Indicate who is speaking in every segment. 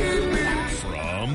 Speaker 1: From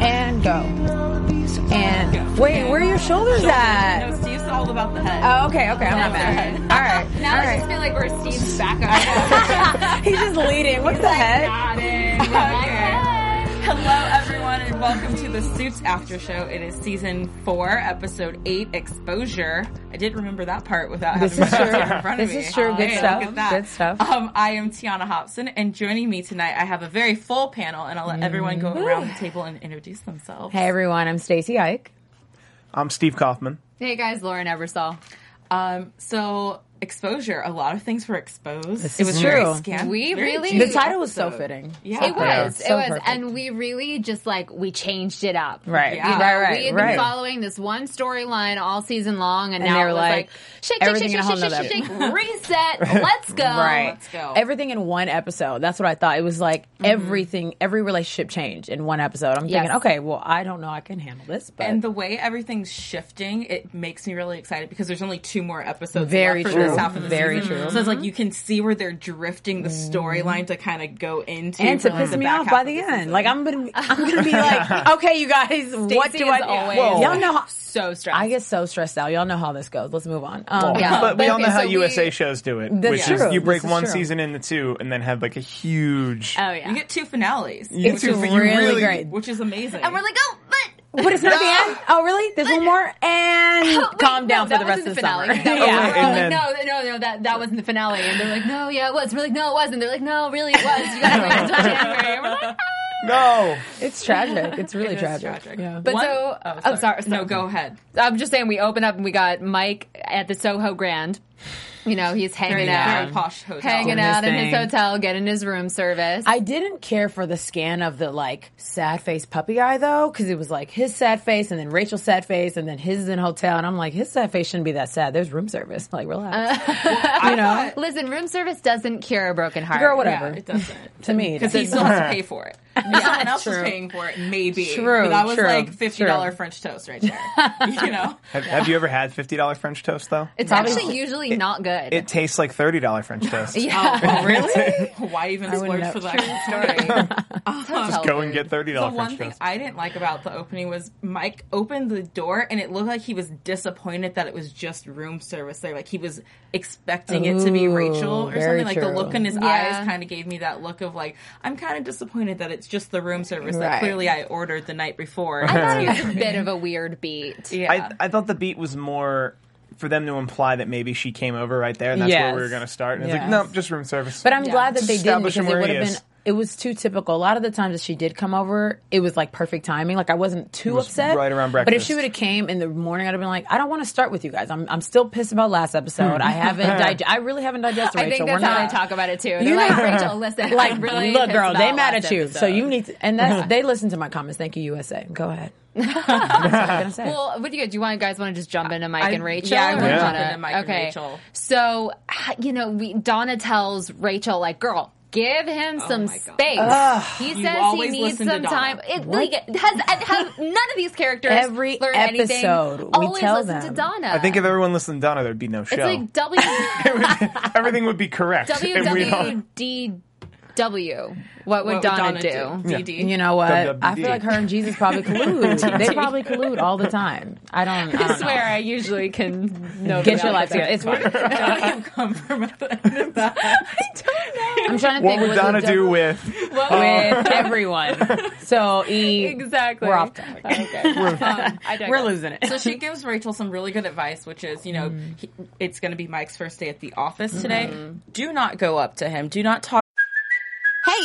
Speaker 2: and go. And wait, where are your shoulders
Speaker 3: No,
Speaker 2: at?
Speaker 3: Steve's all about the head.
Speaker 2: Oh, okay, okay, I'm not bad. All right,
Speaker 4: Now
Speaker 2: all
Speaker 4: I just
Speaker 2: right.
Speaker 4: feel like we're Steve's backup.
Speaker 2: He's just leading. What's the head?
Speaker 3: Nodding. Okay. Hello, everyone, and welcome to the Suits After Show. It is season four, episode eight, Exposure. I did remember that part without
Speaker 2: This
Speaker 3: having
Speaker 2: is
Speaker 3: my
Speaker 2: true.
Speaker 3: notes in front of
Speaker 2: This
Speaker 3: me.
Speaker 2: is true. Good
Speaker 3: Hey,
Speaker 2: stuff.
Speaker 3: look at that.
Speaker 2: Good stuff.
Speaker 3: Um, I am Tiana Hobson, and joining me tonight, I have a very full panel, and I'll let everyone go around the table and introduce themselves.
Speaker 2: Mm. Hey everyone, I'm Stacey Ike.
Speaker 5: I'm Steve Kaufman.
Speaker 4: hey guys, Lauren Eversol.
Speaker 3: Um, so exposure, a lot of things were exposed.
Speaker 2: This
Speaker 3: it
Speaker 2: is
Speaker 3: was very
Speaker 2: true.
Speaker 3: scant-
Speaker 4: We
Speaker 3: very
Speaker 4: really-
Speaker 3: juicy
Speaker 4: The
Speaker 2: title was so
Speaker 3: episode.
Speaker 2: fitting.
Speaker 3: Yeah,
Speaker 4: It was,
Speaker 2: So
Speaker 4: it was,
Speaker 2: perfect.
Speaker 4: and we really just like we changed it up,
Speaker 2: Right,
Speaker 4: You know,
Speaker 2: right, right,
Speaker 4: We had
Speaker 2: right.
Speaker 4: been following this one storyline all season long, and,
Speaker 2: And
Speaker 4: now
Speaker 2: they were
Speaker 4: it was
Speaker 2: like,
Speaker 4: like, shake, shake,
Speaker 2: everything
Speaker 4: shake,
Speaker 2: in a
Speaker 4: shake,
Speaker 2: whole
Speaker 4: shake,
Speaker 2: nother
Speaker 4: shake, shake, reset. Let's go. Mm-hmm.
Speaker 2: Right.
Speaker 3: Let's go.
Speaker 2: Everything in one episode. That's what I thought. It was like everything, every relationship changed in one episode. I'm
Speaker 4: Yes.
Speaker 2: thinking, okay, well, I don't know I can handle this, but
Speaker 3: And the way everything's shifting, it makes me really excited because there's only two more episodes
Speaker 2: Very
Speaker 3: left for
Speaker 2: true.
Speaker 3: this half of the
Speaker 2: Very
Speaker 3: season.
Speaker 2: true. Mm-hmm.
Speaker 3: So it's
Speaker 4: Mm-hmm.
Speaker 3: like you can see where they're drifting the storyline to kind of go into
Speaker 2: and
Speaker 3: for
Speaker 2: to
Speaker 3: like
Speaker 2: piss
Speaker 3: the
Speaker 2: me
Speaker 3: back
Speaker 2: off
Speaker 3: half
Speaker 2: by
Speaker 3: of
Speaker 2: the
Speaker 3: season.
Speaker 2: end. Like I'm gonna, I'm gonna be like, okay, you guys, what
Speaker 4: Stacey
Speaker 2: do
Speaker 4: is
Speaker 2: I?
Speaker 4: always
Speaker 2: Whoa. Y'all know, how,
Speaker 4: So stressed.
Speaker 2: I get so stressed out. Y'all know how this goes. Let's move on. Um,
Speaker 4: Yeah.
Speaker 5: but we
Speaker 4: But
Speaker 5: all know
Speaker 4: okay,
Speaker 5: how
Speaker 4: so we-
Speaker 5: USA shows do it,
Speaker 2: That's
Speaker 5: which
Speaker 2: true.
Speaker 5: is you break
Speaker 2: This is
Speaker 5: one
Speaker 2: true.
Speaker 5: season into two and then have like a huge.
Speaker 4: Oh yeah.
Speaker 3: you get two finales,
Speaker 5: you
Speaker 2: It's
Speaker 5: two- you
Speaker 2: really great.
Speaker 3: which is amazing.
Speaker 4: and we're like, oh, but
Speaker 2: But it's not the end. Oh, really? There's one more, and
Speaker 4: Wait,
Speaker 2: calm
Speaker 4: no,
Speaker 2: down
Speaker 4: that
Speaker 2: for the
Speaker 4: was
Speaker 2: rest
Speaker 4: in
Speaker 2: of the
Speaker 4: finale.
Speaker 2: summer. Oh,
Speaker 4: That
Speaker 2: yeah.
Speaker 4: was- I'm
Speaker 5: And
Speaker 4: like, no, no, no, that that wasn't the finale. And they're like, no, yeah, it was. We're like, no, it wasn't. They're like, no, really, it was. You guys waited until January. And we're like,
Speaker 5: No,
Speaker 2: It's tragic. It's really
Speaker 3: It is
Speaker 2: tragic.
Speaker 3: tragic.
Speaker 2: Yeah.
Speaker 4: But
Speaker 3: One-
Speaker 4: so,
Speaker 3: oh,
Speaker 4: oh,
Speaker 3: sorry.
Speaker 4: sorry,
Speaker 3: No,
Speaker 4: sorry.
Speaker 3: go ahead.
Speaker 4: I'm just saying, we open up and we got Mike at the Soho Grand. You know, he's hanging
Speaker 3: Very,
Speaker 4: out,
Speaker 3: very posh hotel.
Speaker 4: hanging
Speaker 2: Doing his
Speaker 4: out in
Speaker 2: thing.
Speaker 4: his hotel, getting his room service.
Speaker 2: I didn't care for the scan of the like sad face puppy guy though, because it was like his sad face and then Rachel's sad face and then his in hotel, and I'm like, his sad face shouldn't be that sad. There's room service. Like, relax. you know,
Speaker 4: Uh, Listen, room service doesn't cure a broken heart.
Speaker 2: girl,
Speaker 3: Yeah,
Speaker 2: whatever.
Speaker 3: it doesn't.
Speaker 2: to me, it
Speaker 3: because he
Speaker 2: doesn't.
Speaker 3: still has to pay for it. If someone else
Speaker 2: true.
Speaker 3: is paying for it, maybe.
Speaker 2: True,
Speaker 3: but that was
Speaker 2: true,
Speaker 3: like fifty dollar
Speaker 2: true.
Speaker 3: French toast right there. you know,
Speaker 5: have, have you ever had fifty dollar French toast though?
Speaker 4: It's actually usually not good.
Speaker 5: It tastes like thirty dollar French toast.
Speaker 4: yeah.
Speaker 2: Oh,
Speaker 3: really? Why even
Speaker 2: would
Speaker 3: splurge
Speaker 2: know.
Speaker 3: for that
Speaker 4: Sorry.
Speaker 3: story?
Speaker 4: Just
Speaker 5: Go and get thirty
Speaker 3: The
Speaker 5: dollar
Speaker 3: one
Speaker 5: French
Speaker 3: thing
Speaker 5: toast.
Speaker 3: I didn't like about the opening was Mike opened the door and it looked like he was disappointed that it was just room service there. Like he was expecting it to be
Speaker 2: Ooh,
Speaker 3: Rachel or
Speaker 2: very
Speaker 3: something. Like the
Speaker 2: true.
Speaker 3: look in his
Speaker 4: Yeah.
Speaker 3: eyes kind of gave me that look of like, I'm kind of disappointed that it's just the room service
Speaker 2: Right.
Speaker 3: that clearly I ordered the night before.
Speaker 4: I thought it was a bit of a weird beat.
Speaker 3: yeah.
Speaker 5: I, I thought the beat was more for them to imply that maybe she came over right there, and that's
Speaker 2: Yes.
Speaker 5: where we were going to start. And it's
Speaker 2: Yes.
Speaker 5: like, nope, just room service.
Speaker 2: But I'm glad that
Speaker 5: Just
Speaker 2: they didn't
Speaker 5: establish
Speaker 2: because
Speaker 5: him
Speaker 2: it
Speaker 5: where
Speaker 2: would
Speaker 5: he
Speaker 2: have been.
Speaker 5: is.
Speaker 2: It was too typical. A lot of the times that she did come over, it was like perfect timing. Like I wasn't too
Speaker 5: was
Speaker 2: upset.
Speaker 5: right around
Speaker 2: But if she
Speaker 5: breakfast.
Speaker 2: would have came in the morning, I'd have been like, I don't want to start with you guys. I'm I'm still pissed about last episode. I haven't. Dig- I really haven't digested.
Speaker 4: I
Speaker 2: Rachel.
Speaker 4: think that's
Speaker 2: We're
Speaker 4: how
Speaker 2: not-
Speaker 4: they talk about it too. They're
Speaker 2: You
Speaker 4: like,
Speaker 2: know-
Speaker 4: Rachel, listen,
Speaker 2: Like,
Speaker 4: I'm really
Speaker 2: look,
Speaker 4: pissed
Speaker 2: girl, they
Speaker 4: about
Speaker 2: mad
Speaker 4: last
Speaker 2: at you, so
Speaker 4: episode.
Speaker 2: you need to. And that's, they listen to my comments. Thank you, USA. Go ahead. That's all I'm gonna say.
Speaker 4: Well, what do you do? You want guys want to just jump into Mike
Speaker 3: I-
Speaker 4: and Rachel?
Speaker 3: yeah, I
Speaker 4: Or
Speaker 3: wanna
Speaker 4: do you
Speaker 5: jump
Speaker 4: wanna-
Speaker 3: into Mike and
Speaker 4: okay.
Speaker 3: Rachel.
Speaker 4: So h- you know, we, Donna tells Rachel like, "Girl, give him some
Speaker 3: Oh my God.
Speaker 4: space." he says he
Speaker 3: always
Speaker 4: needs
Speaker 3: listen to
Speaker 4: some
Speaker 3: Donna.
Speaker 4: time. It, like, it has, it has none of these characters
Speaker 2: Every
Speaker 4: learn
Speaker 2: episode,
Speaker 4: anything.
Speaker 2: we
Speaker 4: Always
Speaker 2: tell
Speaker 4: listen
Speaker 2: them.
Speaker 4: to Donna.
Speaker 5: I think if everyone listened to Donna, there'd be no show.
Speaker 4: it's like W
Speaker 5: Everything would be correct. and we'd all-
Speaker 4: W D W. What would
Speaker 3: What would
Speaker 4: Donna, do?
Speaker 3: DD?
Speaker 2: you know what? I feel
Speaker 5: WWD.
Speaker 2: like her and Jesus probably collude. they probably collude all the time. I don't. I,
Speaker 4: I
Speaker 2: don't know.
Speaker 4: swear, I usually can know
Speaker 2: Get your
Speaker 4: about
Speaker 2: life
Speaker 4: that.
Speaker 2: together. It's fine.
Speaker 3: Donna come from at the end of that.
Speaker 2: I'm trying to
Speaker 5: what
Speaker 2: think.
Speaker 5: would
Speaker 2: was it
Speaker 5: Donna
Speaker 2: W-
Speaker 5: do with? Oh.
Speaker 2: with everyone. So E,
Speaker 4: Exactly.
Speaker 2: we're off topic.
Speaker 3: Um,
Speaker 4: I digress.
Speaker 2: We're losing it.
Speaker 3: So she gives Rachel some really good advice, which is, you know, he, it's going to be Mike's first day at the office today. Do not go up to him. Do not talk
Speaker 6: Hey,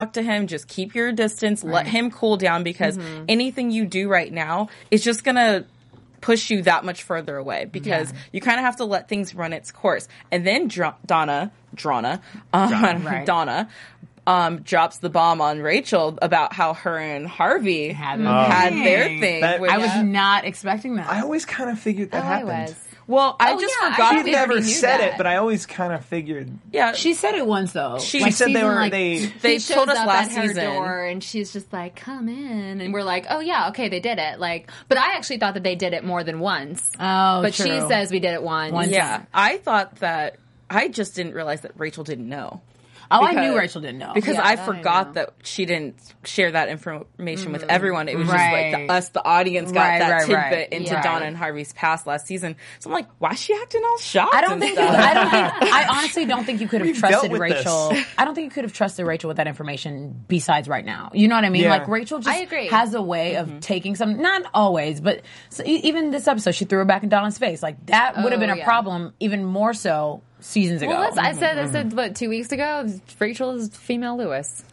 Speaker 3: talk to him. Just keep your distance. Let him cool down because anything you do right now is just gonna push you that much further away because you kind of have to let things run its course. And then Dr- Donna, Drana, um,
Speaker 2: Right.
Speaker 3: Donna. Um, drops the bomb on Rachel about how her and Harvey had,
Speaker 2: Had their
Speaker 3: their thing.
Speaker 5: That-
Speaker 3: which-
Speaker 2: I was not expecting that.
Speaker 5: I always kind of figured that
Speaker 4: Oh, I
Speaker 5: happened.
Speaker 4: was.
Speaker 3: well, I
Speaker 4: Oh,
Speaker 3: just
Speaker 4: yeah, I
Speaker 3: forgot.
Speaker 4: think
Speaker 5: She
Speaker 4: They
Speaker 5: never
Speaker 4: already knew
Speaker 5: said
Speaker 4: that.
Speaker 5: it, but I always kind of figured.
Speaker 3: yeah,
Speaker 2: she said it once though.
Speaker 3: She
Speaker 5: She said they
Speaker 2: season,
Speaker 5: were
Speaker 2: like-
Speaker 5: they.
Speaker 3: they
Speaker 4: He
Speaker 3: told
Speaker 4: shows
Speaker 3: us
Speaker 4: up
Speaker 3: last
Speaker 4: at her
Speaker 3: season.
Speaker 4: door and she's just like, "Come in," and we're like, "Oh yeah, okay, they did it." Like, but I actually thought that they did it more than once.
Speaker 2: Oh,
Speaker 4: but she
Speaker 2: true.
Speaker 4: says we did it once.
Speaker 2: Once.
Speaker 3: Yeah, I thought that. I just didn't realize that Rachel didn't know.
Speaker 2: Oh, I
Speaker 3: because-
Speaker 2: knew Rachel didn't know
Speaker 3: because
Speaker 4: Yeah,
Speaker 3: I
Speaker 4: that I
Speaker 3: forgot
Speaker 4: know.
Speaker 3: that she didn't share that information with everyone. It was just like
Speaker 2: Mm-hmm. Right.
Speaker 3: the, us, the audience, got
Speaker 2: Right,
Speaker 3: that
Speaker 2: right,
Speaker 3: tidbit
Speaker 2: right.
Speaker 3: into
Speaker 4: Yeah.
Speaker 3: Donna and Harvey's past last season. So I'm like, why is she acting all shocked?
Speaker 2: I don't
Speaker 3: and
Speaker 2: think
Speaker 3: stuff?
Speaker 2: I don't think I honestly don't think you could have
Speaker 5: We've dealt
Speaker 2: trusted
Speaker 5: with
Speaker 2: Rachel. I don't think you could have trusted Rachel with that information besides right now. You know what I mean?
Speaker 5: Yeah. Mm-hmm.
Speaker 2: Like Rachel just
Speaker 4: I agree.
Speaker 2: has a way of taking some not always, but so e- even this episode she threw it back in Donna's face. Like that would have
Speaker 4: Oh,
Speaker 2: been a
Speaker 4: yeah.
Speaker 2: problem even more so seasons ago.
Speaker 4: Well, that's,
Speaker 5: Mm-hmm.
Speaker 4: I said I said what two weeks ago. Rachel is female Lewis.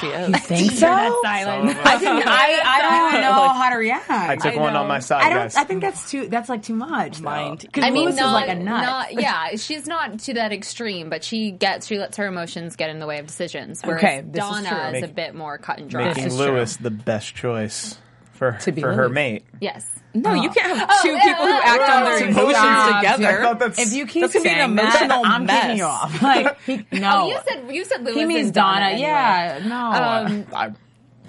Speaker 3: she
Speaker 2: you
Speaker 3: is.
Speaker 2: think so? I, didn't, I, I don't even know how to react.
Speaker 5: I took one on my side,
Speaker 2: I don't.
Speaker 5: guys.
Speaker 2: I think that's too. That's like too much. Mind.
Speaker 4: I mean,
Speaker 2: Lewis
Speaker 4: not,
Speaker 2: is like a nut.
Speaker 4: not- yeah, she's not to that extreme, but she gets she lets her emotions get in the way of decisions. Whereas
Speaker 2: Okay, this is
Speaker 4: Donna
Speaker 2: true.
Speaker 4: is, a
Speaker 5: Make-
Speaker 4: bit more cut and dry.
Speaker 5: making
Speaker 2: is
Speaker 5: Lewis the best choice for
Speaker 2: be
Speaker 5: for her
Speaker 2: Lewis.
Speaker 5: mate.
Speaker 4: yes,
Speaker 3: No, you can't have two
Speaker 4: yeah,
Speaker 3: people who
Speaker 4: yeah,
Speaker 3: act
Speaker 4: yeah.
Speaker 3: on their
Speaker 2: Stop,
Speaker 3: emotions
Speaker 2: dude.
Speaker 3: together.
Speaker 5: Oh, I thought that's
Speaker 2: If you keep
Speaker 3: That's gonna be an
Speaker 2: saying that,
Speaker 3: emotional
Speaker 2: I'm
Speaker 3: mess.
Speaker 2: kicking you off. Like he- no.
Speaker 4: Oh, you said you said Lewis
Speaker 2: he
Speaker 4: and
Speaker 2: means Donna.
Speaker 4: Donna anyway.
Speaker 2: Yeah. No.
Speaker 4: Um,
Speaker 5: I,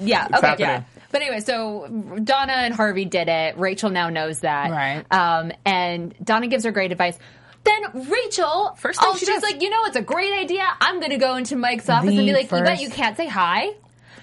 Speaker 4: yeah. Okay.
Speaker 5: happening.
Speaker 4: Yeah. But anyway, so Donna and Harvey did it. Rachel now knows that.
Speaker 2: Right.
Speaker 4: Um, and Donna gives her great advice. Then Rachel,
Speaker 3: First thing
Speaker 4: oh,
Speaker 3: she
Speaker 4: she's
Speaker 3: does.
Speaker 4: like, you know, it's a great idea. I'm going to go into Mike's office
Speaker 2: The
Speaker 4: and be like, you bet
Speaker 2: first-
Speaker 4: you can't say hi.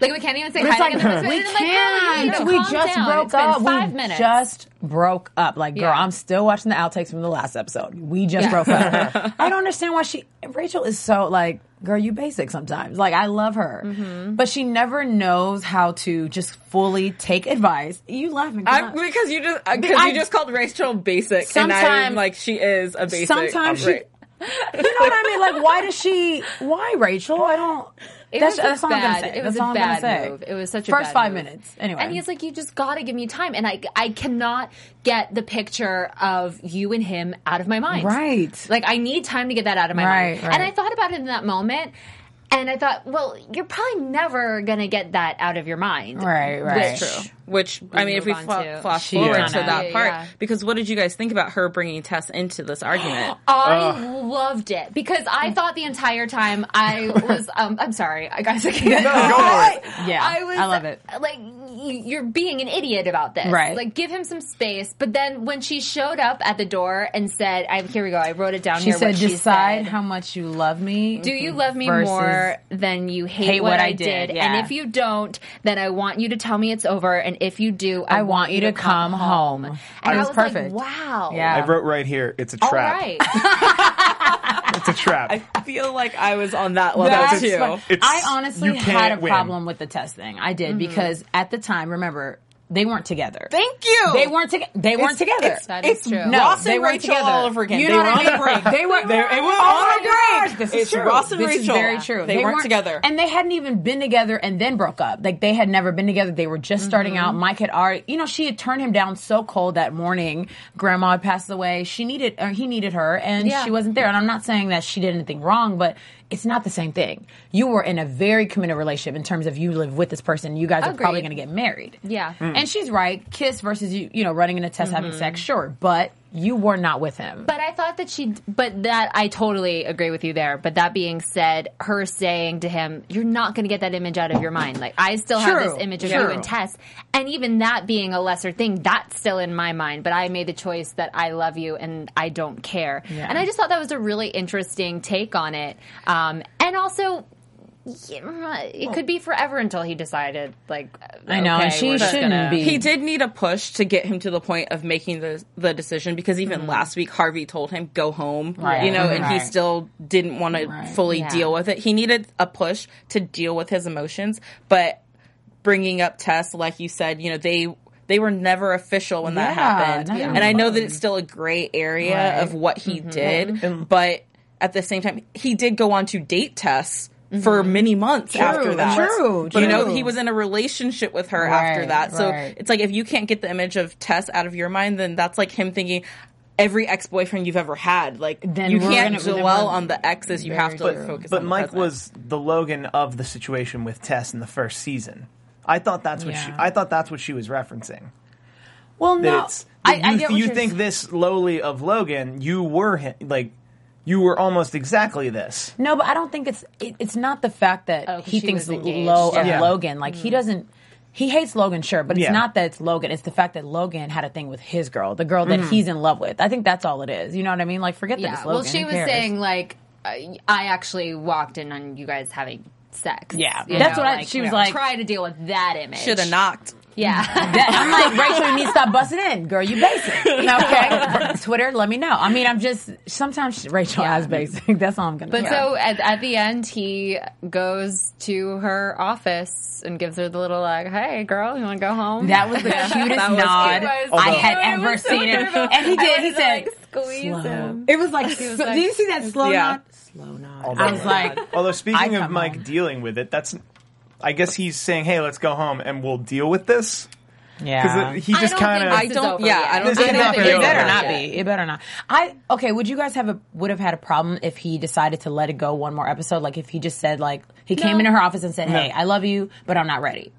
Speaker 4: Like we can't even say
Speaker 2: But
Speaker 4: hi.
Speaker 2: it's like,
Speaker 4: together. And
Speaker 2: we
Speaker 4: I'm like, girl, you
Speaker 2: can't.
Speaker 4: know,
Speaker 2: We
Speaker 4: calm
Speaker 2: just
Speaker 4: down.
Speaker 2: broke
Speaker 4: It's been
Speaker 2: up.
Speaker 4: Five
Speaker 2: we
Speaker 4: minutes.
Speaker 2: just broke up. Like, girl,
Speaker 4: Yeah.
Speaker 2: I'm still watching the outtakes from the last episode. We just
Speaker 4: Yeah.
Speaker 2: broke up. I don't understand why she. Rachel is so like, girl, you basic sometimes. Like, I love her,
Speaker 4: Mm-hmm.
Speaker 2: but she never knows how to just fully take advice. You laughing? 'cause
Speaker 3: I'm,
Speaker 2: I-
Speaker 3: because you just uh, because
Speaker 2: I-
Speaker 3: you just called Rachel basic, and I'm
Speaker 2: Sometimes-
Speaker 3: like she is a basic.
Speaker 2: sometimes she.
Speaker 3: Ra-
Speaker 2: You know what I mean? Like, why does she? Why Rachel? I don't.
Speaker 4: It
Speaker 2: that's
Speaker 4: was
Speaker 2: that's
Speaker 4: a
Speaker 2: all I'm gonna
Speaker 4: bad-
Speaker 2: say.
Speaker 4: It was
Speaker 2: that's
Speaker 4: a
Speaker 2: all I'm
Speaker 4: bad
Speaker 2: gonna say.
Speaker 4: move. It was such a
Speaker 2: first
Speaker 4: bad
Speaker 2: five
Speaker 4: move.
Speaker 2: minutes. Anyway,
Speaker 4: And he's like, you just gotta give me time, and I I cannot get the picture of you and him out of my mind.
Speaker 2: Right.
Speaker 4: Like I need time to get that out of my
Speaker 2: Right,
Speaker 4: mind. And I
Speaker 2: right.
Speaker 4: thought about it in that moment. And I thought, well, you're probably never gonna get that out of your mind.
Speaker 2: Right, right.
Speaker 4: Which-
Speaker 2: True.
Speaker 3: Which I mean, if we
Speaker 4: move on
Speaker 3: fla-
Speaker 4: to-
Speaker 3: flash
Speaker 2: She
Speaker 3: forward
Speaker 5: is.
Speaker 3: to that
Speaker 4: Yeah,
Speaker 3: part,
Speaker 4: yeah.
Speaker 3: because what did you guys think about her bringing Tess into this argument?
Speaker 4: I loved it because I thought the entire time I was. Um, I'm sorry, I guys. I can't.
Speaker 2: Yeah, I love it.
Speaker 4: Like y- you're being an idiot about this,
Speaker 2: Right.
Speaker 4: Like give him some space. But then when she showed up at the door and said, "I here we go," I wrote it down.
Speaker 2: She
Speaker 4: here,
Speaker 2: said,
Speaker 4: what she
Speaker 2: decide
Speaker 4: said.
Speaker 2: how much you love me.
Speaker 4: Do you love me
Speaker 2: Mm-hmm. versus-
Speaker 4: more than you hate, what, I did?
Speaker 2: yeah.
Speaker 4: And if you don't, then I want you to tell me it's over. And if you do, I,
Speaker 2: I want you to come home.
Speaker 4: And
Speaker 2: It
Speaker 4: I
Speaker 2: was
Speaker 4: was,
Speaker 2: perfect.
Speaker 4: like, wow.
Speaker 2: Yeah.
Speaker 5: I wrote right here. It's a
Speaker 4: All
Speaker 5: trap.
Speaker 4: right.
Speaker 5: It's a trap.
Speaker 3: I feel like I was on that level
Speaker 2: That's
Speaker 3: too.
Speaker 2: fine.
Speaker 5: It's-
Speaker 2: I honestly
Speaker 5: you
Speaker 2: had a
Speaker 5: can't win.
Speaker 2: problem with the test thing. I
Speaker 4: Mm-hmm.
Speaker 2: did because at the time, remember, they weren't together.
Speaker 3: Thank you.
Speaker 2: They weren't together. They weren't together.
Speaker 3: it's-
Speaker 4: That is
Speaker 3: It's
Speaker 4: true.
Speaker 3: no- Ross and
Speaker 2: they weren't
Speaker 3: Rachel
Speaker 2: together.
Speaker 3: all over again.
Speaker 2: You
Speaker 3: They
Speaker 2: know
Speaker 3: were
Speaker 2: what I
Speaker 3: on
Speaker 2: mean?
Speaker 3: a break.
Speaker 2: They were.
Speaker 3: They- they were
Speaker 2: oh
Speaker 3: on a
Speaker 2: my
Speaker 3: break.
Speaker 2: gosh, this is
Speaker 3: It's
Speaker 2: true.
Speaker 3: Ross and
Speaker 2: this
Speaker 3: Rachel.
Speaker 2: Is very true.
Speaker 3: They weren't together.
Speaker 2: and they hadn't even been together and then broke up. Like they had never been together. They were just starting out. Mike had already, you know, she had turned him down so cold that morning. Grandma had passed away. She needed, or he needed her, and
Speaker 4: Yeah.
Speaker 2: she wasn't there. And I'm not saying that she did anything wrong, but. It's not the same thing. You were in a very committed relationship in terms of you live with this person. You guys are probably going to
Speaker 4: Agreed.
Speaker 2: get married.
Speaker 4: Yeah.
Speaker 2: And she's right. Kiss versus you, you know, running in a test, having sex, sure, but you were not with him.
Speaker 4: But I thought that she, but that I totally agree with you there. But that being said, her saying to him, "You're not going to get that image out of your mind." Like I still have
Speaker 2: True.
Speaker 4: this image of
Speaker 2: True.
Speaker 4: you and Tess, and even that being a lesser thing, that's still in my mind. But I made the choice that I love you and I don't care.
Speaker 2: Yeah.
Speaker 4: And I just thought that was a really interesting take on it, um, and also. yeah, it could be forever until he decided. Like
Speaker 2: I know, and
Speaker 4: okay,
Speaker 2: she
Speaker 4: we're just
Speaker 2: shouldn't
Speaker 4: gonna-
Speaker 2: be.
Speaker 3: He did need a push to get him to the point of making the the decision because even last week Harvey told him go home, you know, and he
Speaker 2: Mm-hmm. Right.
Speaker 3: still didn't want to fully
Speaker 4: Yeah.
Speaker 3: deal with it. He needed a push to deal with his emotions, but bringing up Tess, like you said, you know, they they were never official when that
Speaker 2: Yeah,
Speaker 3: happened,
Speaker 2: not even
Speaker 3: and I know that it's still a gray area of what he
Speaker 2: Mm-hmm.
Speaker 3: did, but at the same time, he did go on to date Tess. For many months after that,
Speaker 2: Mm-hmm. true,
Speaker 3: you know,
Speaker 2: true.
Speaker 3: he was in a relationship with her after
Speaker 2: Right,
Speaker 3: that. So
Speaker 2: right.
Speaker 3: it's like if you can't get the image of Tess out of your mind, then that's like him thinking every ex boyfriend you've ever had. Like
Speaker 2: Then
Speaker 3: you
Speaker 2: we're
Speaker 3: can't
Speaker 2: gonna- then
Speaker 3: dwell
Speaker 2: we're-
Speaker 3: on the exes. You have to focus.
Speaker 5: But
Speaker 3: on the
Speaker 5: Mike
Speaker 3: present.
Speaker 5: was the Logan of the situation with Tess in the first season. I thought that's what she,
Speaker 2: Yeah.
Speaker 5: I thought that's what she was referencing.
Speaker 2: well,
Speaker 5: That
Speaker 2: no,
Speaker 5: it's
Speaker 2: I,
Speaker 5: that
Speaker 2: I
Speaker 5: you,
Speaker 2: get what
Speaker 5: you
Speaker 2: you're
Speaker 5: think this lowly of Logan, you were him, like you were almost exactly this.
Speaker 2: No, but I don't think it's it, it's not the fact that
Speaker 4: Oh, 'cause
Speaker 2: he
Speaker 4: she
Speaker 2: thinks
Speaker 4: was engaged. Mm-hmm.
Speaker 2: low of
Speaker 5: Yeah.
Speaker 2: Logan. Like he doesn't. He hates Logan, sure, but it's
Speaker 5: Yeah.
Speaker 2: not that it's Logan. It's the fact that Logan had a thing with his girl, the girl that
Speaker 5: Mm.
Speaker 2: he's in love with. I think that's all it is. You know what I mean? Like, forget that
Speaker 4: yeah.
Speaker 2: it's Logan.
Speaker 4: Well, she
Speaker 2: Who
Speaker 4: was
Speaker 2: cares?
Speaker 4: saying like I I actually walked in on you guys having sex.
Speaker 2: Yeah,
Speaker 4: you
Speaker 2: that's what I- she
Speaker 4: you
Speaker 2: was like-
Speaker 4: Try to deal with that image.
Speaker 3: should have knocked.
Speaker 4: Yeah.
Speaker 2: That- I'm like, Rachel, you need to stop busting in, girl. You basic, okay? Twitter, let me know. I mean, I'm just sometimes she- Rachel has basic. That's all I'm gonna.
Speaker 4: But
Speaker 2: say.
Speaker 4: so at, at the end, he goes to her office and gives her the little like, "Hey, girl, you want to go home?"
Speaker 2: That was the cutest
Speaker 4: That was
Speaker 2: nod
Speaker 4: cute. It was
Speaker 2: I
Speaker 4: cute.
Speaker 2: had
Speaker 4: It
Speaker 2: ever
Speaker 4: was so
Speaker 2: seen him.
Speaker 4: adorable.
Speaker 2: And he
Speaker 4: I
Speaker 2: did.
Speaker 4: wanted
Speaker 2: He
Speaker 4: to,
Speaker 2: said,
Speaker 4: like, squeeze him.
Speaker 2: It was like, so-
Speaker 4: like-
Speaker 2: did you see that slow
Speaker 3: Yeah.
Speaker 2: nod? Slow nod. I was like,
Speaker 5: Although
Speaker 2: I
Speaker 5: speaking of
Speaker 2: come
Speaker 5: Mike
Speaker 2: on.
Speaker 5: dealing with it, that's I guess he's saying, "Hey, let's go home and we'll deal with this."
Speaker 2: yeah.
Speaker 5: Because he just
Speaker 4: don't
Speaker 5: kind
Speaker 4: think
Speaker 3: I
Speaker 4: This
Speaker 5: of
Speaker 4: is
Speaker 3: don't.
Speaker 4: over
Speaker 3: Yeah,
Speaker 4: yet.
Speaker 3: I don't.
Speaker 5: This
Speaker 3: think
Speaker 5: cannot
Speaker 3: that
Speaker 5: be
Speaker 3: they
Speaker 2: it
Speaker 5: over
Speaker 3: did.
Speaker 2: better
Speaker 5: yet.
Speaker 2: not be. It better not. I okay. Would you guys have a would have had a problem if he decided to let it go one more episode? Like if he just said like he came into her office and said, "Hey, I love you, but I'm not ready."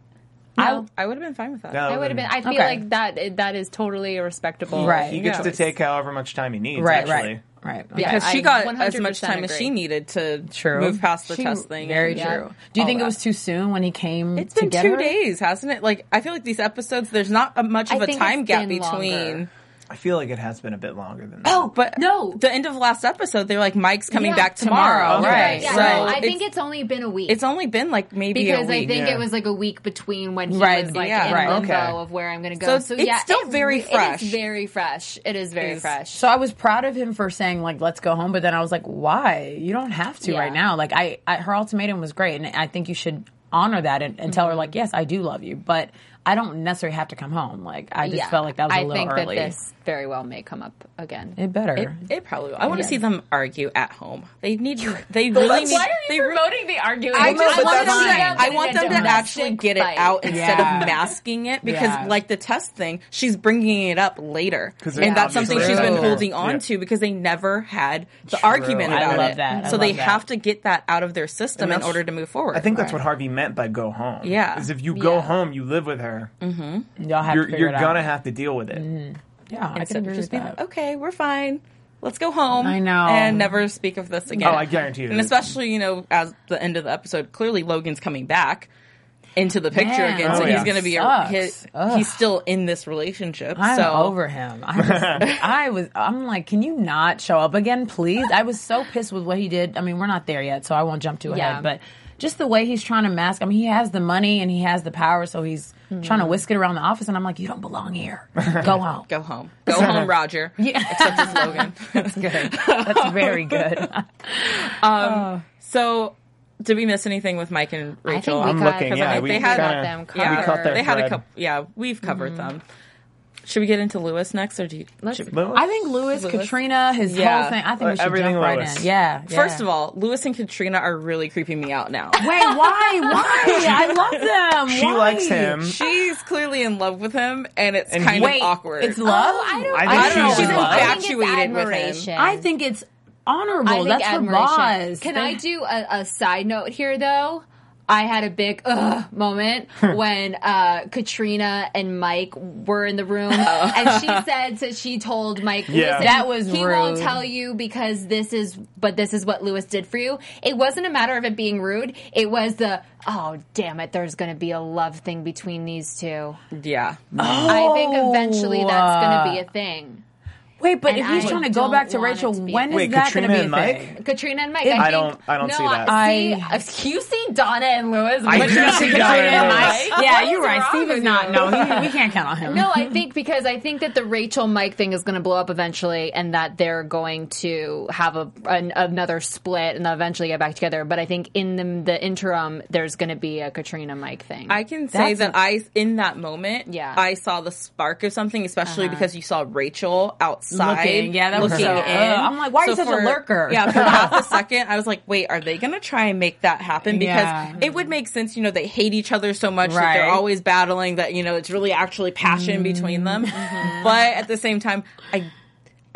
Speaker 3: I, I would have been fine with that.
Speaker 4: I would have been. I feel
Speaker 2: Okay.
Speaker 4: like that. That is totally a respectable.
Speaker 2: Right.
Speaker 5: He gets
Speaker 3: Yeah.
Speaker 5: to take however much time he needs.
Speaker 2: Right,
Speaker 5: actually.
Speaker 2: right, right.
Speaker 4: Yeah.
Speaker 3: Because she
Speaker 4: I
Speaker 3: got as much
Speaker 4: 100%
Speaker 3: time as she
Speaker 4: agree.
Speaker 3: needed to
Speaker 2: True.
Speaker 3: move past the
Speaker 2: She-
Speaker 3: test thing.
Speaker 2: Very
Speaker 3: and-
Speaker 2: true. Do you
Speaker 3: all
Speaker 2: think it
Speaker 3: that.
Speaker 2: was too soon when he came?
Speaker 3: It's
Speaker 2: to
Speaker 3: been
Speaker 2: get
Speaker 3: two
Speaker 2: her?
Speaker 3: days, hasn't it? Like I feel like these episodes, there's not a much
Speaker 4: I
Speaker 3: of a
Speaker 4: think
Speaker 3: time
Speaker 4: it's
Speaker 3: gap
Speaker 4: been longer.
Speaker 3: between.
Speaker 5: I feel like it has been a bit longer than that.
Speaker 3: Oh, but
Speaker 4: no.
Speaker 3: the end of last episode, they're like Mike's coming
Speaker 4: Yeah,
Speaker 3: back tomorrow,
Speaker 2: tomorrow,
Speaker 4: You're
Speaker 2: right,
Speaker 4: Yeah,
Speaker 2: right.
Speaker 4: no,
Speaker 3: So
Speaker 4: I think it's only been a week.
Speaker 3: it's only been like maybe
Speaker 4: because
Speaker 3: a week.
Speaker 4: I think
Speaker 5: yeah.
Speaker 4: it was like a week between when he
Speaker 2: Right,
Speaker 4: was like
Speaker 3: yeah,
Speaker 4: in
Speaker 2: right,
Speaker 4: limbo
Speaker 5: okay.
Speaker 4: of where I'm going to go.
Speaker 3: So
Speaker 4: So,
Speaker 3: it's- it's
Speaker 4: yeah,
Speaker 3: still very fresh.
Speaker 4: It is very fresh. It is very
Speaker 3: It's-
Speaker 4: fresh.
Speaker 2: So I was proud of him for saying like let's go home, but then I was like, why? You don't have to
Speaker 4: Yeah.
Speaker 2: right now. Like I, I, her ultimatum was great, and I think you should honor that and, and tell her like, yes, I do love you, but I don't necessarily have to come home. Like I just
Speaker 4: yeah,
Speaker 2: felt like that was a
Speaker 4: I
Speaker 2: little
Speaker 4: think
Speaker 2: early.
Speaker 4: that this very well may come up again.
Speaker 2: it better.
Speaker 3: It probably. Will. I want to see them argue at home. They need. They really need. they re-
Speaker 4: the arguing?
Speaker 3: I just
Speaker 2: but
Speaker 3: want them
Speaker 2: that's
Speaker 3: to,
Speaker 2: fine.
Speaker 3: I want them to actually get it out instead
Speaker 2: Yeah.
Speaker 3: of masking it because,
Speaker 2: Yeah.
Speaker 3: like the test thing, she's bringing it up later,
Speaker 5: they're
Speaker 3: and that's something
Speaker 5: obviously
Speaker 3: she's been
Speaker 5: together.
Speaker 3: holding on
Speaker 5: Yeah.
Speaker 3: to because they never had the argument
Speaker 2: I
Speaker 3: about
Speaker 2: love
Speaker 3: it.
Speaker 2: that. I
Speaker 3: So they
Speaker 2: love that.
Speaker 3: have to get that out of their system in
Speaker 5: that's-
Speaker 3: order to move forward.
Speaker 5: I think that's what Harvey meant by go home.
Speaker 3: Yeah.
Speaker 5: Is if you go
Speaker 4: Yeah.
Speaker 5: home, you live with her.
Speaker 2: Y'all have
Speaker 5: You're,
Speaker 2: to figure
Speaker 5: you're
Speaker 2: it out.
Speaker 5: gonna have to deal with it.
Speaker 2: Yeah, I
Speaker 3: Instead
Speaker 2: can
Speaker 3: of
Speaker 2: agree
Speaker 3: just
Speaker 2: with
Speaker 3: being
Speaker 2: that.
Speaker 3: like, okay, we're fine. Let's go home.
Speaker 2: I know.
Speaker 3: And never speak of this again.
Speaker 5: Oh, I guarantee you
Speaker 3: And
Speaker 5: that-
Speaker 3: especially, you know, as the end of the episode, clearly Logan's coming back into the picture
Speaker 2: Man,
Speaker 3: again. So
Speaker 5: Oh,
Speaker 3: he's
Speaker 5: yeah.
Speaker 3: going to be, a,
Speaker 2: Sucks.
Speaker 3: his,
Speaker 2: Ugh.
Speaker 3: he's still in this relationship.
Speaker 2: I'm
Speaker 3: so
Speaker 2: over him. I, just, I was. I'm like, can you not show up again, please? I was so pissed with what he did. I mean, we're not there yet, so I won't jump too
Speaker 4: Yeah.
Speaker 2: ahead. But just the way he's trying to mask. I mean, he has the money and he has the power, so he's
Speaker 3: Hmm.
Speaker 2: trying to whisk it around the office. And I'm like, you don't belong here. Go home.
Speaker 3: Go home. Go home, Roger. Yeah. Except it's Logan.
Speaker 2: That's good. That's very good.
Speaker 3: So did we miss anything with Mike and
Speaker 4: I
Speaker 3: Rachel?
Speaker 4: think we
Speaker 5: I'm
Speaker 4: caught
Speaker 5: looking,
Speaker 4: because
Speaker 5: yeah,
Speaker 4: I
Speaker 5: we
Speaker 4: think we
Speaker 3: kinda-
Speaker 4: got them covered.
Speaker 3: yeah,
Speaker 5: we caught their
Speaker 3: they had a
Speaker 5: thread.
Speaker 3: couple. Yeah, we've covered
Speaker 2: Mm-hmm.
Speaker 3: them. Should we get into Lewis next, or do you? should we-
Speaker 2: I think Lewis, Katrina, his
Speaker 3: Yeah.
Speaker 2: whole thing. I think
Speaker 5: Like,
Speaker 2: we should
Speaker 5: everything
Speaker 2: jump right
Speaker 5: Lewis.
Speaker 2: in. Yeah, yeah.
Speaker 3: First of all, Lewis and Katrina are really creeping me out now.
Speaker 2: wait, why? Why? I love them.
Speaker 5: She
Speaker 2: Why?
Speaker 5: likes him.
Speaker 3: She's clearly in in love with him, and it's
Speaker 5: And
Speaker 3: kind
Speaker 5: he-
Speaker 3: of awkward.
Speaker 2: It's love.
Speaker 4: Oh, I don't.
Speaker 5: I think
Speaker 4: I don't
Speaker 5: she's
Speaker 4: know.
Speaker 5: in love.
Speaker 4: I think it's
Speaker 3: infatuated with him.
Speaker 4: admiration.
Speaker 2: I think it's honorable.
Speaker 4: I think
Speaker 2: That's for
Speaker 4: admiration.
Speaker 2: Boz.
Speaker 4: Can
Speaker 2: They-
Speaker 4: I do a, a side note here though? I had a big ugh moment when uh, Katrina and Mike were in the room, and she said that she told Mike,
Speaker 5: Yeah.
Speaker 4: "Listen,
Speaker 2: Oh. That was
Speaker 4: he won't
Speaker 2: rude.
Speaker 4: tell you because this is, but this is what Lewis did for you." It wasn't a matter of it being rude. It was the oh damn it, there's going to be a love thing between these two.
Speaker 3: yeah.
Speaker 2: Oh.
Speaker 4: I think eventually that's going to be a thing.
Speaker 2: Wait, but
Speaker 4: And
Speaker 2: if he's
Speaker 4: I
Speaker 2: trying to go
Speaker 4: don't
Speaker 2: back to
Speaker 4: want it
Speaker 2: Rachel,
Speaker 4: to be a
Speaker 2: when is
Speaker 4: thing.
Speaker 5: Wait,
Speaker 2: that
Speaker 5: Katrina
Speaker 2: going to be a
Speaker 5: and Mike?
Speaker 2: thing?
Speaker 4: Katrina and Mike.
Speaker 2: It-
Speaker 4: I,
Speaker 2: I
Speaker 4: think-
Speaker 5: don't- I don't
Speaker 4: no,
Speaker 5: see that.
Speaker 4: I see. uh, You see Donna and Louis.
Speaker 5: I
Speaker 4: but
Speaker 5: do
Speaker 4: not
Speaker 5: see
Speaker 4: Katrina
Speaker 5: Donna
Speaker 4: and
Speaker 5: and
Speaker 4: Mike.
Speaker 5: Louis.
Speaker 2: Yeah, you're
Speaker 4: What's
Speaker 2: right.
Speaker 4: wrong
Speaker 2: Steve
Speaker 4: with
Speaker 2: is not.
Speaker 4: you?
Speaker 2: No, he, we can't count on him.
Speaker 4: No, I think because I think that the Rachel Mike thing is going to blow up eventually, and that they're going to have a an, another split and they'll eventually get back together. But I think in the, the interim, there's going to be a Katrina Mike thing.
Speaker 3: I can say
Speaker 2: That's-
Speaker 3: that I in that moment,
Speaker 4: Yeah.
Speaker 3: I saw the spark of something, especially because you saw Rachel
Speaker 2: Uh-huh.
Speaker 3: outside,
Speaker 2: Looking, yeah, that was
Speaker 3: looking
Speaker 2: so-
Speaker 3: in.
Speaker 2: ugh, I'm like, why are you such a
Speaker 3: for-
Speaker 2: lurker?
Speaker 3: Yeah, for half a second, I was like, wait, are they gonna try and make that happen? Because
Speaker 2: Yeah.
Speaker 3: it would make sense, you know, they hate each other so much that
Speaker 2: Right.
Speaker 3: they're always battling. That you know, it's really actually passion between them.
Speaker 2: Mm-hmm.
Speaker 3: But at the same time, I.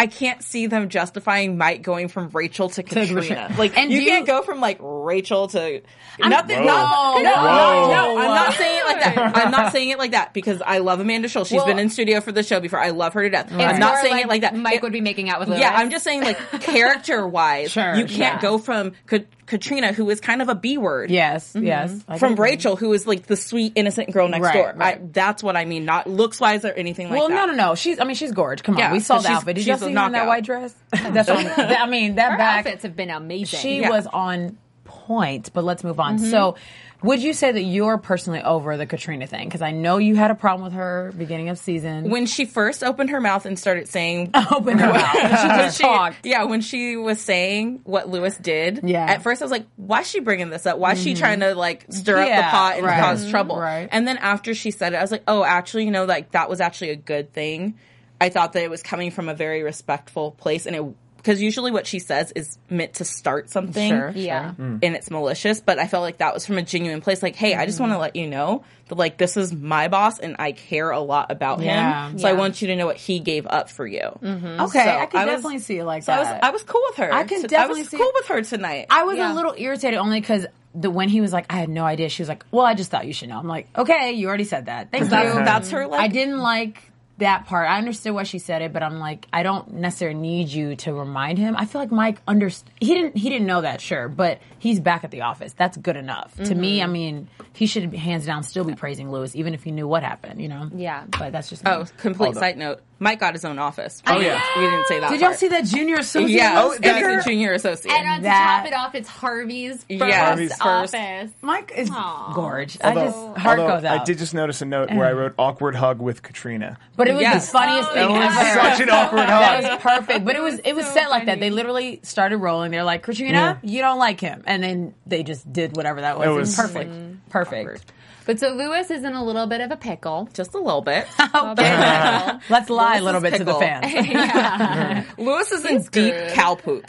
Speaker 3: I can't see them justifying Mike going from Rachel to Katrina. Like,
Speaker 4: And
Speaker 3: you,
Speaker 4: do you-
Speaker 3: can't go from like Rachel to nothing. Not,
Speaker 4: Whoa.
Speaker 3: no,
Speaker 2: Oh.
Speaker 4: Whoa.
Speaker 3: no, no, I'm not saying it like that. I'm not saying it like that because I love Amanda Scholl. She's
Speaker 4: Well-
Speaker 3: been in studio for the show before. I love her to death.
Speaker 4: It's
Speaker 3: I'm not
Speaker 4: more
Speaker 3: saying it like that.
Speaker 4: Mike
Speaker 3: It-
Speaker 4: would be making out with Louis.
Speaker 3: yeah, I'm just saying, like character wise,
Speaker 2: Sure,
Speaker 3: you can't
Speaker 2: yeah.
Speaker 3: go from Ka- Katrina, who is kind of a B word,
Speaker 2: Yes, yes. I
Speaker 3: from
Speaker 2: agree.
Speaker 3: Rachel, who is like the sweet innocent girl next
Speaker 2: Right,
Speaker 3: door. I,
Speaker 2: right.
Speaker 3: that's what I mean, not looks wise or anything
Speaker 2: well,
Speaker 3: like that.
Speaker 2: no, no, no. She's. I mean, she's gorgeous. Come on,
Speaker 3: Yeah,
Speaker 2: we saw
Speaker 3: but
Speaker 2: the
Speaker 3: she's-
Speaker 2: outfit. Did
Speaker 3: she's
Speaker 2: y'all
Speaker 3: a
Speaker 2: see her in that
Speaker 3: knockout.
Speaker 2: white dress? That's. What I'm, that- I mean, that
Speaker 4: Her
Speaker 2: back.
Speaker 4: outfits have been amazing.
Speaker 2: She
Speaker 3: Yeah.
Speaker 2: was on point, but let's move on. So, would you say that you're personally over the Katrina thing? Because I know you had a problem with her beginning of season.
Speaker 3: When she first opened her mouth and started saying
Speaker 2: Open her mouth. She
Speaker 3: when
Speaker 2: just
Speaker 3: she,
Speaker 2: talked.
Speaker 3: yeah, when she was saying what Lewis did,
Speaker 2: Yeah. Mm-hmm.
Speaker 3: at first I was like, why is she bringing this up? Why is she trying to like stir up
Speaker 2: Yeah,
Speaker 3: the pot and
Speaker 2: right. Mm-hmm.
Speaker 3: cause trouble?
Speaker 2: Right.
Speaker 3: And then after she said it, I was like, oh, actually, you know, like that was actually a good thing. I thought that it was coming from a very respectful place and it, because usually what she says is meant to start something
Speaker 2: Sure.
Speaker 4: yeah.
Speaker 3: and it's malicious, but I felt like that was from a genuine place. Like, hey, I just
Speaker 2: Mm-hmm.
Speaker 3: want to let you know that like this is my boss and I care a lot about
Speaker 2: Yeah.
Speaker 3: him. So I
Speaker 4: Yeah.
Speaker 3: want you to know what he gave up for you. Mm-hmm.
Speaker 2: Okay,
Speaker 3: So
Speaker 2: I can
Speaker 3: I was-
Speaker 2: definitely see it like
Speaker 3: So I
Speaker 2: that.
Speaker 3: was I was cool with her.
Speaker 2: I can
Speaker 3: T-
Speaker 2: definitely
Speaker 3: I was
Speaker 2: see-
Speaker 3: cool with her tonight.
Speaker 2: I was
Speaker 4: Yeah.
Speaker 2: a little irritated only because the when he was like, I had no idea. She was like, Well, I just thought you should know. I'm like, Okay, you already said that. Thank you.
Speaker 3: That's- that's her, like-
Speaker 2: I didn't like that part. I understood why she said it, but I'm like, I don't necessarily need you to remind him. I feel like Mike understood. He didn't. He didn't know that, sure, but he's back at the office. That's good enough to me. I
Speaker 3: Mm-hmm.
Speaker 2: mean, he should hands down still be praising Lewis, even if he knew what happened. You know?
Speaker 4: Yeah.
Speaker 2: But that's just
Speaker 3: oh, complete
Speaker 5: Hold up.
Speaker 3: side note. Mike got his own office. Oh
Speaker 5: yeah.
Speaker 3: we didn't say that.
Speaker 2: Did y'all
Speaker 3: part.
Speaker 2: see that junior associate?
Speaker 3: Yeah,
Speaker 5: Oh,
Speaker 3: and
Speaker 5: that-
Speaker 3: he's a junior associate.
Speaker 4: And on
Speaker 2: That-
Speaker 4: top it off, it's Harvey's first
Speaker 3: Mm-hmm. Yes, Harvey's first.
Speaker 4: office.
Speaker 2: Mike is
Speaker 4: Aw.
Speaker 2: gorgeous. I
Speaker 5: Although-
Speaker 2: just heart
Speaker 5: although
Speaker 2: goes out.
Speaker 5: I did just notice a note where I wrote awkward hug with Katrina.
Speaker 2: but it was
Speaker 3: Yes.
Speaker 2: the funniest
Speaker 5: That
Speaker 2: thing
Speaker 5: was
Speaker 2: ever.
Speaker 5: such an awkward
Speaker 2: That
Speaker 5: hug.
Speaker 2: was perfect. But it was it was
Speaker 4: so
Speaker 2: set like that.
Speaker 4: funny.
Speaker 2: They literally started rolling. They're like, Katrina, you don't like him, and then they just did whatever that was.
Speaker 5: It
Speaker 2: It was,
Speaker 5: was-
Speaker 2: perfect, perfect.
Speaker 4: But so Lewis is in a little bit of a pickle.
Speaker 3: Just a little bit.
Speaker 2: Oh,
Speaker 4: Okay.
Speaker 2: Let's lie a little bit
Speaker 3: This is
Speaker 2: to the
Speaker 3: pickle.
Speaker 2: fans.
Speaker 3: Lewis is in deep cow poop.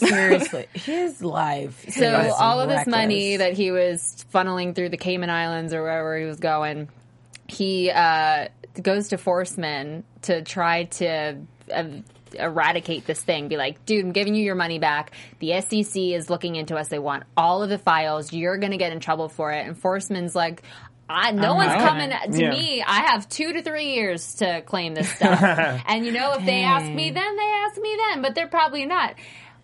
Speaker 2: Seriously, his life.
Speaker 4: So all of this money that he was funneling through the Cayman Islands or wherever he was going, he uh, goes to Forceman to try to um, eradicate this thing. Be like, dude, I'm giving you your money back. The SEC is looking into us. They want all of the files. You're going to get in trouble for it. And Forceman's like. I, no one's
Speaker 2: not
Speaker 4: coming
Speaker 2: gonna-
Speaker 4: to
Speaker 5: Yeah.
Speaker 4: me. I have two to three years to claim this stuff. and you know, if they ask me then, they ask me then, but they're probably not.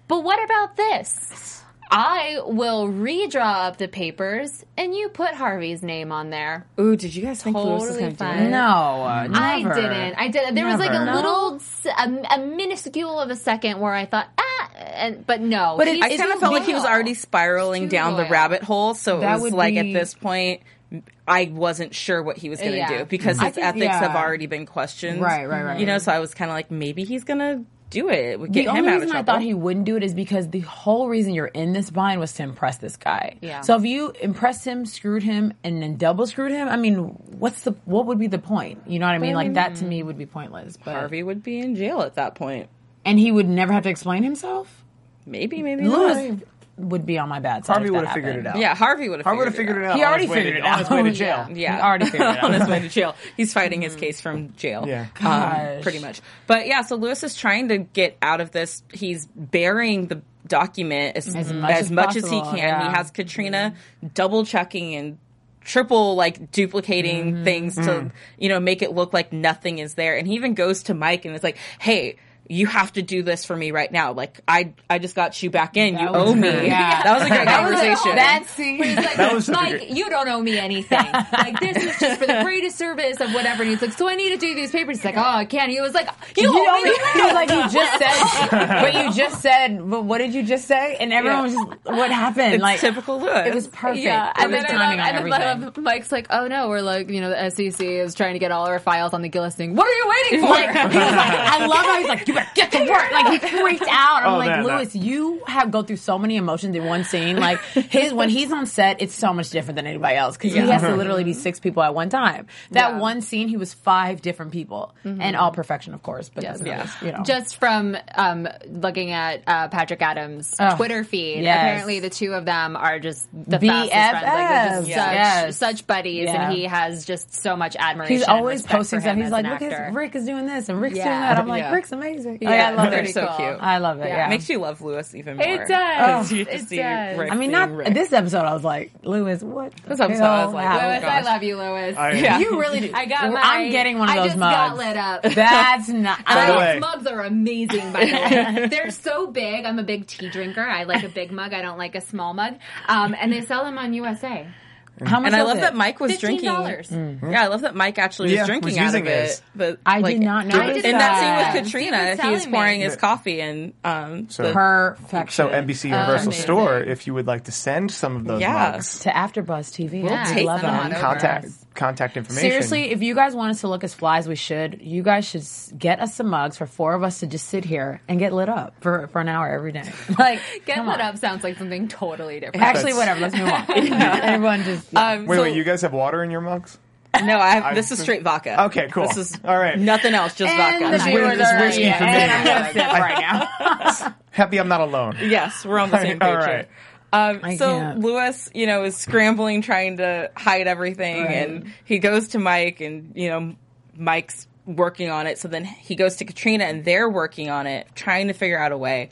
Speaker 4: But what about this? I will redraw up the papers and you put Harvey's name on there.
Speaker 3: Ooh, did you guys think Lewis was
Speaker 4: Totally
Speaker 3: gonna do
Speaker 4: fine.
Speaker 3: it?
Speaker 2: No, uh,
Speaker 4: I
Speaker 2: never.
Speaker 4: didn't. I did. There was like a
Speaker 2: Never.
Speaker 4: little, s- a, a minuscule of a second where I thought, ah, and, but no.
Speaker 2: But it-
Speaker 4: he's
Speaker 2: I
Speaker 3: I
Speaker 4: too
Speaker 3: kind of felt like he was
Speaker 4: loyal.
Speaker 3: already spiraling
Speaker 4: Too
Speaker 3: down the
Speaker 4: loyal.
Speaker 3: rabbit hole. So
Speaker 2: That
Speaker 3: it was
Speaker 2: would
Speaker 3: like
Speaker 2: be-
Speaker 3: at this point, I wasn't sure what he was going to
Speaker 4: Yeah.
Speaker 3: do because
Speaker 2: I
Speaker 3: his
Speaker 2: think-
Speaker 3: ethics
Speaker 2: yeah.
Speaker 3: have already been questioned.
Speaker 2: Right, right, right.
Speaker 3: You know, so I was kind of like, maybe he's going to do it. We
Speaker 2: The
Speaker 3: get him
Speaker 2: only
Speaker 3: out of
Speaker 2: reason
Speaker 3: trouble.
Speaker 2: I thought he wouldn't do it is because the whole reason you're in this bind was to impress this guy.
Speaker 4: Yeah.
Speaker 2: So if you impressed him, screwed him, and then double screwed him, I mean, what's the what would be the point? You know what I mean? Like that to me would be pointless. But
Speaker 3: Harvey would be in jail at that point.
Speaker 2: and he would never have to explain himself.
Speaker 3: Maybe, maybe
Speaker 2: Lewis
Speaker 3: not.
Speaker 2: would be on my bad side.
Speaker 5: Harvey
Speaker 2: would have
Speaker 5: figured it out.
Speaker 3: Yeah, Harvey would have.
Speaker 5: Harvey would have figured it out.
Speaker 2: He
Speaker 5: on
Speaker 2: already
Speaker 5: his way to-
Speaker 2: figured it
Speaker 5: on his way to
Speaker 2: out.
Speaker 5: jail.
Speaker 3: Yeah,
Speaker 2: He already figured it
Speaker 3: on his
Speaker 2: out.
Speaker 3: way to jail. He's fighting his case from jail.
Speaker 5: Yeah.
Speaker 3: um, pretty much. But yeah, so Lewis is trying to get out of this. He's burying the document as,
Speaker 2: much
Speaker 3: as much,
Speaker 2: as
Speaker 3: as, he
Speaker 2: possible,
Speaker 3: can.
Speaker 2: yeah. Mm-hmm.
Speaker 3: He has Katrina double checking and triple like duplicating
Speaker 2: Mm-hmm.
Speaker 3: things to you know make it look like nothing is there. And he even goes to Mike and is like, "Hey." you have to do this for me right now. Like I, I just got you back in. you
Speaker 2: That was
Speaker 3: owe me.
Speaker 2: good. Yeah.
Speaker 3: That was a great
Speaker 4: That was like,
Speaker 3: conversation.
Speaker 4: oh,
Speaker 2: That scene.
Speaker 4: He's like,
Speaker 5: That was such a
Speaker 4: Mike,
Speaker 5: great-
Speaker 4: you don't owe me anything. Like this is just for the greatest service of whatever. And he's like, so I need to do these papers. He's like, oh, I can't. He was like, you,
Speaker 2: You
Speaker 4: owe me.
Speaker 2: he was like, you just said, but you just said, but what did you just say? And everyone was just, what happened?
Speaker 3: It's
Speaker 2: like
Speaker 3: typical Lewis.
Speaker 2: It was perfect.
Speaker 4: Yeah,
Speaker 2: it
Speaker 4: and
Speaker 2: was
Speaker 4: then, I
Speaker 2: timing
Speaker 4: love, and
Speaker 2: on
Speaker 4: then I
Speaker 2: everything.
Speaker 4: love Mike's like, oh no, we're like, you know, the SEC is trying to get all our files on the Gillis thing. What are you waiting for?
Speaker 2: Like, he was like, I love how he's like, you better get to work. Like he freaked out. I'm
Speaker 5: Oh,
Speaker 2: like,
Speaker 5: man, that-
Speaker 2: Lewis, you have go through so many emotions in one scene. Like his when he's on set, it's so much different than anybody else because he has to literally be six people at one time. That
Speaker 4: Yeah. Mm-hmm.
Speaker 2: one scene, he was five different people, and all perfection, of course. But
Speaker 4: Yes.
Speaker 2: that's
Speaker 4: Yeah.
Speaker 2: you know,
Speaker 4: Just from um, looking at uh, Patrick Adams'
Speaker 2: Oh,
Speaker 4: Twitter feed,
Speaker 2: yes.
Speaker 4: apparently the two of them are just the fastest friends. Like, they're
Speaker 2: BFFs.
Speaker 4: just
Speaker 2: Yes.
Speaker 4: such, such buddies,
Speaker 2: Yeah.
Speaker 4: and he has just so much admiration.
Speaker 2: He's
Speaker 4: and
Speaker 2: always
Speaker 4: respect for
Speaker 2: posting
Speaker 4: him
Speaker 2: stuff. He's
Speaker 4: as
Speaker 2: like,
Speaker 4: an
Speaker 2: look
Speaker 4: actor.
Speaker 2: at Rick is doing this and Rick's
Speaker 4: Yeah.
Speaker 2: doing that. I'm like,
Speaker 3: Oh, Yeah.
Speaker 2: Rick's amazing.
Speaker 4: Yeah.
Speaker 2: Like, I love
Speaker 3: They're
Speaker 2: it.
Speaker 3: so
Speaker 4: cool.
Speaker 3: cute.
Speaker 2: I love it.
Speaker 4: Yeah.
Speaker 2: Yeah.
Speaker 3: Makes you love Lewis even more.
Speaker 4: It does.
Speaker 3: Oh, you
Speaker 4: It
Speaker 3: see
Speaker 4: does.
Speaker 3: Rick
Speaker 2: I mean,
Speaker 3: being
Speaker 2: not
Speaker 3: Rick.
Speaker 2: this episode. I was like, Lewis, what? the
Speaker 3: This episode, I
Speaker 2: hell
Speaker 3: was like,
Speaker 2: happened?
Speaker 4: Lewis,
Speaker 3: Oh,
Speaker 4: I
Speaker 3: gosh.
Speaker 4: love you, Lewis.
Speaker 5: I,
Speaker 2: You really do.
Speaker 4: I got.
Speaker 2: Well,
Speaker 4: My,
Speaker 2: I'm getting one of
Speaker 4: I
Speaker 2: those
Speaker 4: just
Speaker 2: mugs.
Speaker 4: got lit up.
Speaker 2: That's not.
Speaker 4: I-
Speaker 5: the way-
Speaker 4: These mugs are amazing, by the way. They're so big. I'm a big tea drinker. I like a big mug. I don't like a small mug. Um, and they sell them on USA.
Speaker 2: how much
Speaker 3: And I
Speaker 2: was
Speaker 3: love
Speaker 2: it?
Speaker 3: that Mike was drinking.
Speaker 4: $15.
Speaker 3: Yeah, I love that Mike actually
Speaker 5: Yeah,
Speaker 3: was drinking
Speaker 5: was
Speaker 3: out of
Speaker 5: using
Speaker 3: it.
Speaker 5: his.
Speaker 3: But
Speaker 2: I did
Speaker 3: like,
Speaker 2: not know
Speaker 3: In
Speaker 4: that.
Speaker 3: that
Speaker 4: He
Speaker 3: scene
Speaker 4: was
Speaker 3: with Katrina, he
Speaker 4: telling
Speaker 3: was pouring
Speaker 4: me.
Speaker 3: his coffee and um.
Speaker 5: So-
Speaker 2: Perfection.
Speaker 5: so NBC
Speaker 2: Oh,
Speaker 5: Universal
Speaker 4: amazing.
Speaker 5: Store, if you would like to send some of those
Speaker 3: Yeah.
Speaker 5: mugs,
Speaker 2: to AfterBuzz TV.
Speaker 4: We'll
Speaker 2: I
Speaker 4: take
Speaker 2: love
Speaker 4: them
Speaker 2: it.
Speaker 4: on over.
Speaker 5: contact
Speaker 4: Yes.
Speaker 5: contact information.
Speaker 2: Seriously, if you guys want us to look as flies, we should. You guys should s- get us some mugs for four of us to just sit here and get lit up for, for an hour every day. Like,
Speaker 4: Get
Speaker 2: come
Speaker 4: lit
Speaker 2: on.
Speaker 4: up sounds like something totally different.
Speaker 2: Actually, whatever. Let's move on. Everyone just. yeah.
Speaker 3: Um,
Speaker 5: wait,
Speaker 3: so-
Speaker 5: wait, you guys have water in your mugs?
Speaker 3: No, I have, this is straight vodka.
Speaker 5: Okay, cool.
Speaker 3: This is
Speaker 5: All right.
Speaker 3: Nothing else, just vodka.
Speaker 2: the viewers
Speaker 5: this is
Speaker 2: are-
Speaker 5: risky for me.
Speaker 2: And I'm gonna sip right now.
Speaker 5: Happy I'm not alone.
Speaker 3: Yes, we're on the same page.
Speaker 5: All
Speaker 3: here.
Speaker 5: right.
Speaker 3: Um,
Speaker 2: I
Speaker 3: so
Speaker 2: can't.
Speaker 3: Lewis, you know, is scrambling trying to hide everything, and he goes to Mike, and you know, Mike's working on it. So then he goes to Katrina, and they're working on it, trying to figure out a way.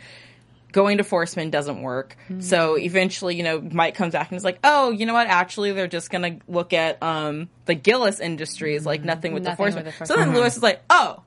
Speaker 3: Going to Forceman doesn't work. So eventually, you know, Mike comes back and is like, "Oh, you know what? Actually, they're just going to look at um, the Gillis Industries, like nothing with
Speaker 4: Nothing
Speaker 3: the
Speaker 4: with
Speaker 3: Forceman."
Speaker 4: the
Speaker 3: So then Lewis is like, "Oh,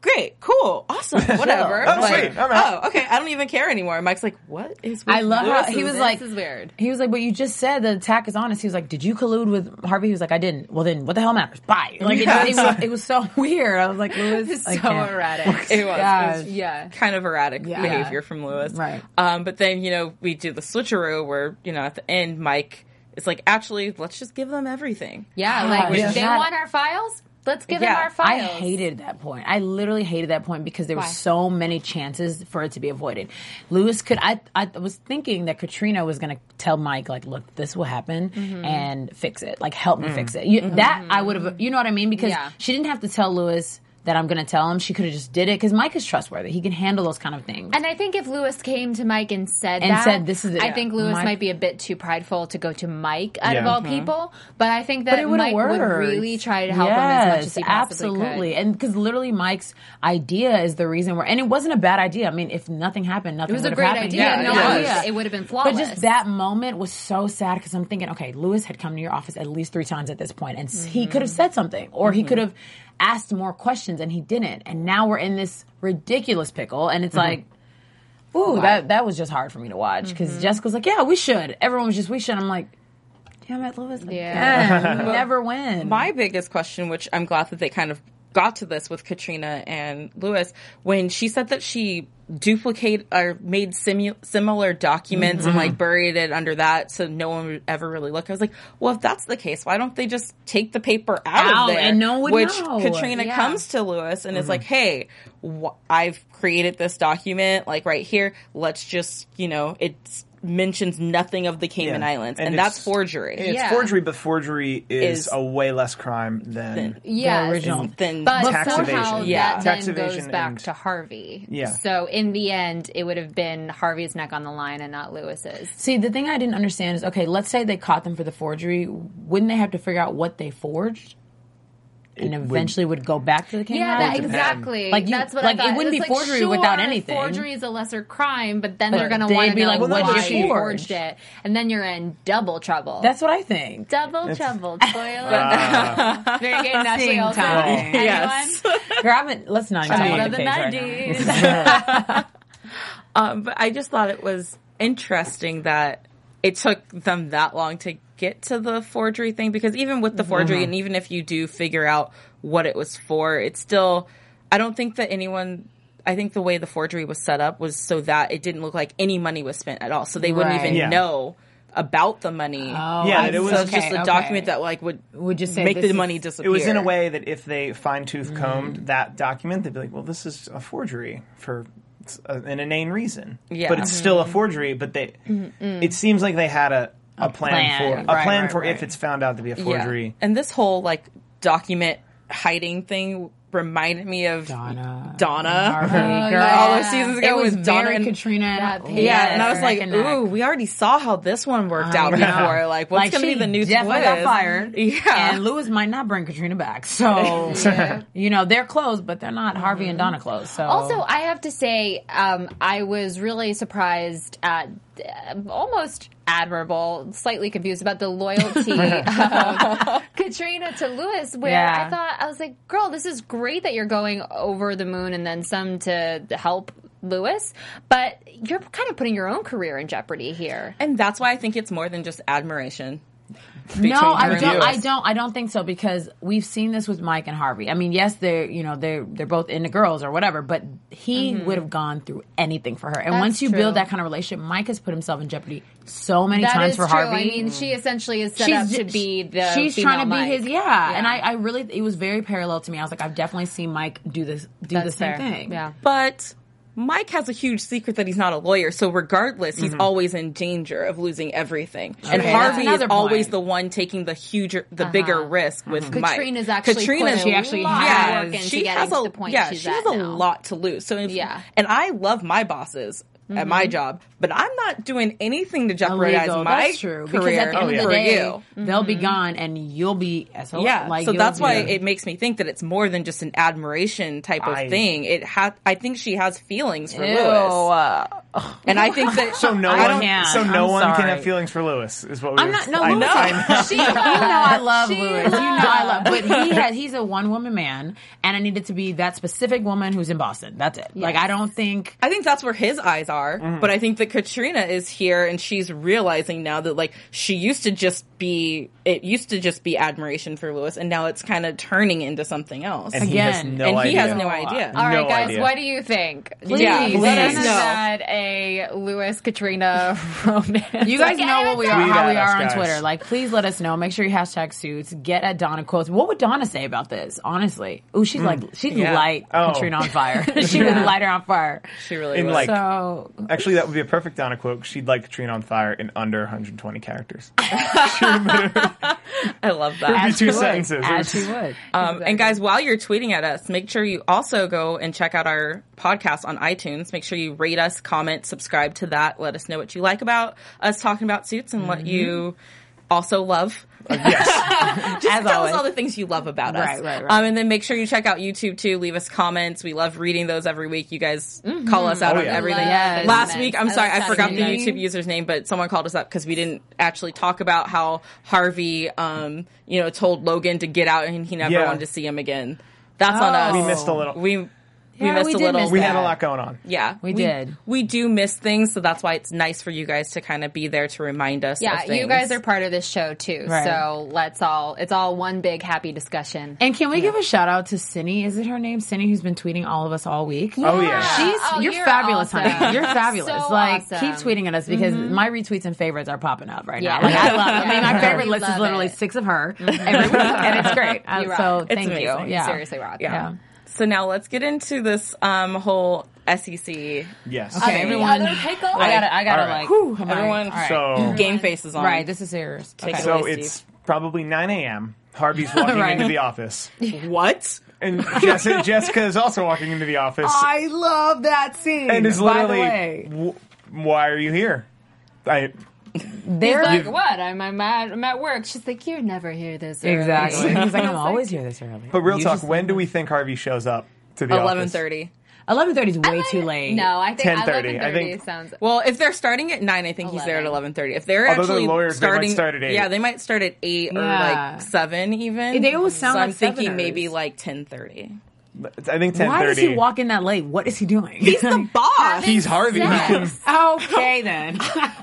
Speaker 3: great, cool, awesome, whatever."
Speaker 5: Oh,
Speaker 3: Like,
Speaker 5: sweet, I'm out.
Speaker 3: Oh, okay, I don't even care anymore. And Mike's like, "What is?" With
Speaker 2: I love how
Speaker 3: Lewis
Speaker 2: he
Speaker 3: and
Speaker 2: was
Speaker 3: this?"
Speaker 2: like,
Speaker 4: This is weird.
Speaker 2: He was like, "But you just said the attack is honest." He was like, "Did you collude with Harvey?" He was like, "I didn't." Well, then, what the hell matters? Bye. Like it, it was, it was so weird. I was like, "Louis,
Speaker 4: It's
Speaker 2: I
Speaker 4: so
Speaker 2: can't.
Speaker 4: erratic.
Speaker 3: It was. It was
Speaker 4: yeah.
Speaker 3: kind of erratic
Speaker 2: Yeah.
Speaker 3: behavior from Lewis.
Speaker 2: Right.
Speaker 3: Um, but then, you know, we do the switcheroo where, you know, at the end, Mike is like, actually, let's just give them everything.
Speaker 4: Yeah, like
Speaker 2: Yeah.
Speaker 4: they
Speaker 2: Not-
Speaker 4: want our files. Let's give
Speaker 3: Yeah,
Speaker 4: them our
Speaker 2: I
Speaker 4: files.
Speaker 2: hated that point. I literally hated that point because there were
Speaker 4: Why?
Speaker 2: so many chances for it to be avoided. Lewis could. I I was thinking that Katrina was going to tell Mike like, "Look, this will happen
Speaker 4: Mm-hmm.
Speaker 2: and fix it. Like, help me fix it." You, That I would have. You know what I mean? Because
Speaker 4: Yeah.
Speaker 2: she didn't have to tell Lewis that I'm going to tell him. She could have just did it because Mike is trustworthy. He can handle those kind of things.
Speaker 4: And I think if Lewis came to Mike and said
Speaker 2: And
Speaker 4: that,
Speaker 2: said, "This is it."
Speaker 4: I think Lewis
Speaker 2: Mike-
Speaker 4: might be a bit too prideful to go to Mike out of
Speaker 5: Yeah.
Speaker 4: all people, but I think that
Speaker 2: Mm-hmm. it would've
Speaker 4: Mike would
Speaker 2: worked.
Speaker 4: really try to help him as much as he possibly
Speaker 2: absolutely.
Speaker 4: could.
Speaker 2: And because literally Mike's idea is the reason where, and it wasn't a bad idea. I mean, if nothing happened, nothing
Speaker 4: It was a
Speaker 2: would've
Speaker 4: great
Speaker 2: happened.
Speaker 4: idea.
Speaker 3: Yeah,
Speaker 4: no,
Speaker 3: it
Speaker 4: it,
Speaker 3: was.
Speaker 4: would have been flawless.
Speaker 2: But just that moment was so sad because I'm thinking, okay, Lewis had come to your office at least three times at this point, and s
Speaker 4: Mm-hmm.
Speaker 2: he could have said something, or he could have asked more questions, and he didn't. And now we're in this ridiculous pickle, and it's
Speaker 4: Mm-hmm.
Speaker 2: like. Ooh, that that was just hard for me to watch because
Speaker 4: Mm-hmm.
Speaker 2: Jessica was like, "Yeah, we should." Everyone was just, "We should." I'm like, "Damn it, Lewis!
Speaker 4: Yeah.
Speaker 2: again. You never win."
Speaker 3: My biggest question, which I'm glad that they kind of got to this with Katrina and Lewis, when she said that she duplicate or made simu- similar documents
Speaker 2: Mm-hmm.
Speaker 3: and like buried it under that so no one would ever really look. I was like, well, if that's the case, why don't they just take the paper out,
Speaker 2: Out,
Speaker 3: of there?
Speaker 2: and no one would
Speaker 3: Which
Speaker 2: know. Mm-hmm.
Speaker 3: Katrina
Speaker 4: Yeah.
Speaker 3: comes to Lewis and is like, hey, wh- I've created this document like right here. Let's just, you know, it's mentions nothing of the Cayman
Speaker 5: Yeah.
Speaker 3: Islands and,
Speaker 5: And
Speaker 3: that's
Speaker 5: it's-
Speaker 3: forgery.
Speaker 5: It's
Speaker 4: Yeah.
Speaker 5: forgery, but forgery is,
Speaker 3: Is-
Speaker 5: a way less crime than.
Speaker 4: yes.
Speaker 2: original.
Speaker 3: Then
Speaker 4: But
Speaker 5: Tax
Speaker 4: somehow
Speaker 5: evasion.
Speaker 3: Yeah.
Speaker 4: that
Speaker 5: Tax
Speaker 4: then goes
Speaker 5: evasion
Speaker 4: back
Speaker 5: and-
Speaker 4: to Harvey.
Speaker 5: Yeah.
Speaker 4: So in the end, it would have been Harvey's neck on the line and not Lewis's.
Speaker 2: See, the thing I didn't understand is okay, let's say they caught them for the forgery. Wouldn't they have to figure out what they forged? and eventually would, go back to the Cayman
Speaker 4: Yeah,
Speaker 2: Islands.
Speaker 4: that- exactly.
Speaker 2: Like, you-
Speaker 4: that's what
Speaker 2: like,
Speaker 4: I
Speaker 2: it
Speaker 4: thought.
Speaker 2: wouldn't
Speaker 4: It's
Speaker 2: be
Speaker 4: like,
Speaker 2: forgery
Speaker 4: sure,
Speaker 2: without anything.
Speaker 4: Forgery is a lesser crime, but then
Speaker 2: But
Speaker 4: they're gonna
Speaker 2: they'd
Speaker 4: want to
Speaker 2: be
Speaker 4: know
Speaker 2: like,
Speaker 4: why
Speaker 2: what did
Speaker 4: you
Speaker 2: she
Speaker 4: forged
Speaker 2: forge?
Speaker 4: it, and then you're in double trouble.
Speaker 2: That's what I think.
Speaker 4: double trouble. Spoiler. Very good. Natalie
Speaker 2: Sing
Speaker 4: also.
Speaker 2: time.
Speaker 4: Anyone?
Speaker 3: Yes.
Speaker 2: Girl, I haven't- let's not even talk
Speaker 4: Child
Speaker 2: about
Speaker 4: of
Speaker 2: the
Speaker 4: the
Speaker 2: case right now.
Speaker 4: nineties.
Speaker 3: Um, but I just thought it was interesting that it took them that long to get to the forgery thing because even with the forgery, and even if you do figure out what it was for, it's still. I don't think that anyone. I think the way the forgery was set up was so that it didn't look like any money was spent at all, so they wouldn't
Speaker 2: Right.
Speaker 3: even
Speaker 5: Yeah.
Speaker 3: know about the money.
Speaker 5: Yeah,
Speaker 2: I
Speaker 5: it was-
Speaker 3: so it's
Speaker 2: okay,
Speaker 3: just a
Speaker 2: Oh. okay.
Speaker 3: document that like would
Speaker 2: Would just say
Speaker 3: make
Speaker 2: this
Speaker 3: the
Speaker 2: is-
Speaker 3: money
Speaker 2: It
Speaker 3: disappear.
Speaker 5: It was in a way that if they fine tooth
Speaker 2: Mm.
Speaker 5: combed that document, they'd be like, "Well, this is a forgery for s- a- an inane reason."
Speaker 3: Yeah.
Speaker 5: but it's still
Speaker 2: Mm-hmm.
Speaker 5: a forgery. But they, it seems like they had a, a, plan,
Speaker 2: plan.
Speaker 5: for a
Speaker 2: Right,
Speaker 5: plan
Speaker 2: right,
Speaker 5: for
Speaker 2: right.
Speaker 5: if it's found out to be a forgery.
Speaker 3: And this whole like document hiding thing reminded me of
Speaker 2: Donna.
Speaker 4: Oh,
Speaker 3: Donna.
Speaker 2: Harvey, girl.
Speaker 3: All those seasons ago
Speaker 2: was
Speaker 3: with Donna
Speaker 2: very
Speaker 3: and
Speaker 2: Katrina. and-
Speaker 4: That
Speaker 2: yeah,
Speaker 4: pig.
Speaker 3: Yeah, and I was
Speaker 4: Yes.
Speaker 3: like,
Speaker 2: Neck and neck.
Speaker 3: ooh, we already saw how this one worked out
Speaker 2: I know.
Speaker 3: before. Like, what's gonna
Speaker 2: she
Speaker 3: be the new
Speaker 2: definitely
Speaker 3: twist?
Speaker 2: got fired.
Speaker 3: Yeah.
Speaker 2: and Lewis might not bring Katrina back. So you know they're close, but they're not Harvey and Donna close. So
Speaker 4: Mm-hmm. Also, I have to say, um, I was really surprised at uh, almost admirable, slightly confused about the loyalty of Katrina to Lewis, where
Speaker 2: Yeah.
Speaker 4: I thought, I was like, girl, this is great that you're going over the moon and then some to help Lewis, but you're kind of putting your own career in jeopardy here.
Speaker 3: And that's why I think it's more than just admiration.
Speaker 2: no,
Speaker 3: between her
Speaker 2: I
Speaker 3: and
Speaker 2: don't. I
Speaker 3: Lewis.
Speaker 2: don't. I don't think so because we've seen this with Mike and Harvey. I mean, yes, they're you know they're they're both into girls or whatever, but he would have gone through anything for her. And
Speaker 4: Mm-hmm. That's
Speaker 2: once you
Speaker 4: true.
Speaker 2: build that kind of relationship, Mike has put himself in jeopardy so many
Speaker 4: That
Speaker 2: times
Speaker 4: is
Speaker 2: for
Speaker 4: true.
Speaker 2: Harvey.
Speaker 4: I mean, she essentially is set up to be the.
Speaker 2: she's
Speaker 4: female
Speaker 2: trying to be
Speaker 4: Mike.
Speaker 2: his yeah. and I, I really it was very parallel to me i was like i've definitely seen mike do this do the
Speaker 4: That's
Speaker 2: same
Speaker 4: fair.
Speaker 2: thing
Speaker 4: Yeah.
Speaker 3: But Mike has a huge secret that he's not a lawyer, so regardless,
Speaker 4: Mm-hmm.
Speaker 3: he's always in danger of losing everything. And
Speaker 2: Okay, that's
Speaker 3: Harvey is
Speaker 2: another
Speaker 3: always
Speaker 2: point.
Speaker 3: the one taking the huger, the bigger risk with Mike.
Speaker 4: Uh-huh. Katrina's actually put
Speaker 2: she actually
Speaker 4: a lot of
Speaker 2: has-
Speaker 4: work into
Speaker 3: she
Speaker 4: getting
Speaker 3: has a
Speaker 4: to the point
Speaker 3: yeah,
Speaker 4: she's
Speaker 3: she
Speaker 4: at
Speaker 3: has a
Speaker 4: now.
Speaker 3: lot to lose. So if,
Speaker 4: Yeah. Mm-hmm.
Speaker 3: and I love my bosses. At my job, but I'm not doing anything to jeopardize
Speaker 2: Illegal.
Speaker 3: my
Speaker 2: that's true
Speaker 3: career Oh,
Speaker 2: because at the end of the
Speaker 3: for
Speaker 2: day
Speaker 3: you.
Speaker 2: they'll
Speaker 4: Mm-hmm.
Speaker 2: be gone and you'll be
Speaker 5: Oh,
Speaker 2: SOL.
Speaker 3: Yeah,
Speaker 2: like
Speaker 3: so
Speaker 2: you'll
Speaker 3: that's
Speaker 2: be-
Speaker 3: why it makes me think that it's more than just an admiration type of
Speaker 5: I-
Speaker 3: thing. It ha- I think she has feelings for
Speaker 2: Ew,
Speaker 3: Lewis,
Speaker 2: uh,
Speaker 3: and I think that
Speaker 5: So no
Speaker 2: I
Speaker 5: one,
Speaker 2: don't- Yeah,
Speaker 5: so no
Speaker 2: I'm
Speaker 5: one can
Speaker 2: sorry.
Speaker 5: have feelings for Lewis. Is what we
Speaker 2: I'm
Speaker 5: were-
Speaker 2: not. No,
Speaker 5: I
Speaker 2: Lewis.
Speaker 5: know, I know.
Speaker 2: She, you know I love Lewis. You know I love, but he has. He's a one woman man, and I needed to be that specific woman who's in Boston. That's it. Like I don't think.
Speaker 3: I think that's where his eyes are.
Speaker 5: Mm-hmm.
Speaker 3: But I think that Katrina is here and she's realizing now that like she used to just be it used to just be admiration for Lewis and now it's kind of turning into something else.
Speaker 5: And he has
Speaker 2: Again,
Speaker 5: no
Speaker 3: And
Speaker 5: idea.
Speaker 3: he has no idea.
Speaker 4: All right,
Speaker 5: No
Speaker 4: guys,
Speaker 5: idea.
Speaker 4: what do you think? Please,
Speaker 3: Yeah, let us
Speaker 4: send
Speaker 3: know.
Speaker 4: Had a Lewis Katrina romance.
Speaker 2: You guys
Speaker 4: I
Speaker 2: know what we
Speaker 4: can't even
Speaker 2: are,
Speaker 5: Tweet
Speaker 2: how we
Speaker 5: at us,
Speaker 2: are on
Speaker 5: guys.
Speaker 2: Twitter. Like, please let us know. Make sure you hashtag suits. Get at Donna quotes. What would Donna say about this? Honestly, oh, she's like she'd
Speaker 3: Yeah.
Speaker 2: light
Speaker 5: Hmm. Oh.
Speaker 2: Katrina on fire. she would light her on fire.
Speaker 3: She really
Speaker 5: In
Speaker 3: was.
Speaker 5: like,
Speaker 2: So
Speaker 5: actually, that would be a perfect Donna quote. She'd like Katrina on fire in under 120 characters.
Speaker 3: I love that.
Speaker 2: as she
Speaker 5: two
Speaker 2: would,
Speaker 5: sentences.
Speaker 2: as she would.
Speaker 3: Um, and guys, while you're tweeting at us, make sure you also go and check out our podcast on iTunes. Make sure you rate us, comment, subscribe to that. Let us know what you like about us talking about suits and what you also love.
Speaker 2: Just as
Speaker 3: tell
Speaker 2: always.
Speaker 3: us all the things you love about us.
Speaker 2: Right, right, right.
Speaker 3: Um, and then make sure you check out YouTube too. Leave us comments. We love reading those every week. You guys call us out
Speaker 5: Oh,
Speaker 3: on
Speaker 5: yeah.
Speaker 3: everything.
Speaker 4: Love the
Speaker 3: Last
Speaker 4: comments.
Speaker 3: week, I'm
Speaker 4: I
Speaker 3: sorry,
Speaker 4: love
Speaker 3: I forgot the
Speaker 4: talking to
Speaker 3: YouTube user's name, but someone called us up because we didn't actually talk about how Harvey, um, you know, told Logan to get out and he never
Speaker 5: Yeah.
Speaker 3: wanted to see him again. That's on us.
Speaker 5: We missed a little. We,
Speaker 3: We we
Speaker 2: Yeah,
Speaker 3: missed
Speaker 2: we
Speaker 3: a
Speaker 2: did
Speaker 3: little.
Speaker 2: miss
Speaker 3: We
Speaker 2: that.
Speaker 5: had a lot going on.
Speaker 3: yeah,
Speaker 2: We did.
Speaker 3: We do miss things, so that's why it's nice for you guys to kind of be there to remind us.
Speaker 4: Yeah,
Speaker 3: of things.
Speaker 4: you guys are part of this show too.
Speaker 2: Right.
Speaker 4: So let's all, it's all one big happy discussion.
Speaker 2: And can we give a shout out to Cindy? Is it her name, Cindy, who's been tweeting all of us all week?
Speaker 5: Oh yeah.
Speaker 2: She's
Speaker 4: Oh,
Speaker 2: you're,
Speaker 4: you're
Speaker 2: fabulous,
Speaker 4: awesome.
Speaker 2: honey. You're fabulous.
Speaker 4: So
Speaker 2: like keep
Speaker 4: awesome.
Speaker 2: tweeting at us because my retweets and favorites are popping up right
Speaker 4: Yeah.
Speaker 2: now. Like I love. It. I mean, my
Speaker 4: Yeah.
Speaker 2: favorite
Speaker 4: We
Speaker 2: list is
Speaker 4: love
Speaker 2: literally
Speaker 4: it.
Speaker 2: six of her every week, and it's great. Uh,
Speaker 4: You rock.
Speaker 2: so
Speaker 4: It's
Speaker 2: thank you.
Speaker 3: amazing.
Speaker 2: Yeah,
Speaker 4: Seriously, rock.
Speaker 2: Yeah.
Speaker 3: So now let's get into this um, whole E SEC.
Speaker 5: Yes.
Speaker 2: Okay, everyone.
Speaker 4: Other pickle?
Speaker 2: I gotta. I gotta
Speaker 5: All right.
Speaker 2: like.
Speaker 3: Whew,
Speaker 2: I'm
Speaker 3: everyone-
Speaker 2: All right. Mm-hmm.
Speaker 5: So
Speaker 3: Game faces on.
Speaker 2: right. This is serious. Okay.
Speaker 3: it
Speaker 5: so
Speaker 3: Steve.
Speaker 5: it's probably 9 a.m. Harvey's walking
Speaker 2: Right.
Speaker 5: into the office,
Speaker 3: what?
Speaker 5: and Jessica, Jessica is also walking into the office,
Speaker 2: I love that scene.
Speaker 5: and is
Speaker 2: by the
Speaker 5: literally,
Speaker 2: way.
Speaker 5: "W- "Why are you here?" I
Speaker 2: They're
Speaker 4: Like what? I'm, I'm, at, I'm at work. She's like, you never hear this. early."
Speaker 2: exactly. He's like, I'm always here this early.
Speaker 5: But real talk, when do we think Harvey shows up to the
Speaker 3: Eleven
Speaker 5: office?
Speaker 3: thirty.
Speaker 2: Eleven thirty is way too late.
Speaker 4: No, I think
Speaker 5: 10:30.
Speaker 4: 11:30
Speaker 5: I think-
Speaker 4: sounds.
Speaker 3: Well, if they're starting at nine, I think he's there at eleven thirty. If they're
Speaker 5: Although they're
Speaker 3: actually
Speaker 5: lawyers, they might
Speaker 3: starting,
Speaker 5: start at eight.
Speaker 3: yeah, they might start at eight or
Speaker 2: Yeah.
Speaker 3: like seven even.
Speaker 2: And they always sound
Speaker 3: so I'm
Speaker 2: like
Speaker 3: thinking
Speaker 2: seveners.
Speaker 3: maybe like ten thirty.
Speaker 5: I think ten
Speaker 2: Why does he
Speaker 5: thirty.
Speaker 2: walk in that late? What is he doing? He's the
Speaker 3: Boss.
Speaker 7: He's Harvey.
Speaker 2: okay then.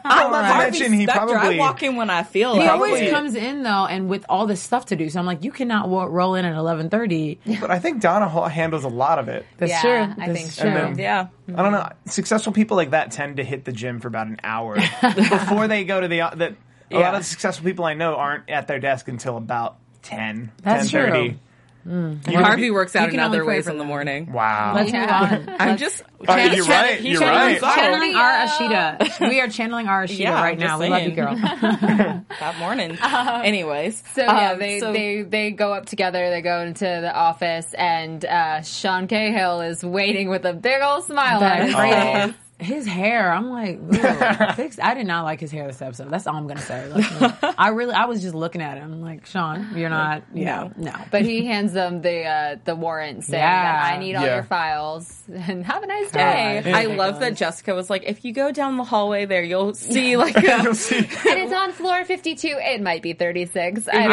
Speaker 5: I'm not to mention he
Speaker 3: Spectre, I
Speaker 5: probably
Speaker 3: walk in when I feel.
Speaker 2: He
Speaker 3: like
Speaker 2: always
Speaker 5: Probably-
Speaker 2: comes in though, and with all this stuff to do. So I'm like, you cannot wa- roll in at eleven thirty.
Speaker 5: But I think Donna Hall handles a lot of it.
Speaker 2: That's
Speaker 4: Yeah,
Speaker 2: true.
Speaker 4: I
Speaker 2: That's
Speaker 4: think so.
Speaker 2: true.
Speaker 5: And then-
Speaker 3: Yeah.
Speaker 5: I don't know. Successful people like that tend to hit the gym for about an hour before they go to the. That a lot of successful people I know aren't at their desk until about ten.
Speaker 2: That's
Speaker 5: 10:30.
Speaker 2: true. Hmm.
Speaker 3: Harvey works out
Speaker 2: you
Speaker 3: in
Speaker 2: can only
Speaker 3: other
Speaker 2: pray
Speaker 3: ways
Speaker 2: for
Speaker 3: in the
Speaker 2: that.
Speaker 3: morning.
Speaker 5: Wow.
Speaker 2: Let's move on.
Speaker 3: I'm just.
Speaker 5: Oh, you're right. You're right.
Speaker 2: Channeling our Ashita. We are channeling our Ashita
Speaker 3: Yeah,
Speaker 2: right
Speaker 3: I'm
Speaker 2: now.
Speaker 3: just
Speaker 2: We love you,
Speaker 3: saying.
Speaker 2: girl.
Speaker 3: That morning. Anyways,
Speaker 4: So yeah,
Speaker 3: um,
Speaker 4: they,
Speaker 3: so-
Speaker 4: they they go up together. They go into the office, and uh, Sean Cahill is waiting with a big old smile on his face.
Speaker 3: Oh.
Speaker 2: That- His hair, I'm like, ooh, fix. I did not like his hair this episode. That's all I'm gonna say. Like, I really, I was just looking at him like, Sean, you're not, yeah, no.
Speaker 4: But he hands them the uh, the warrant saying
Speaker 2: Yeah.
Speaker 4: that I need all
Speaker 5: Yeah.
Speaker 4: your files and have a nice day.
Speaker 2: God.
Speaker 3: I love that Jessica was like, if you go down the hallway there, you'll see like a,
Speaker 4: And it's on floor fifty two. It might be thirty six. I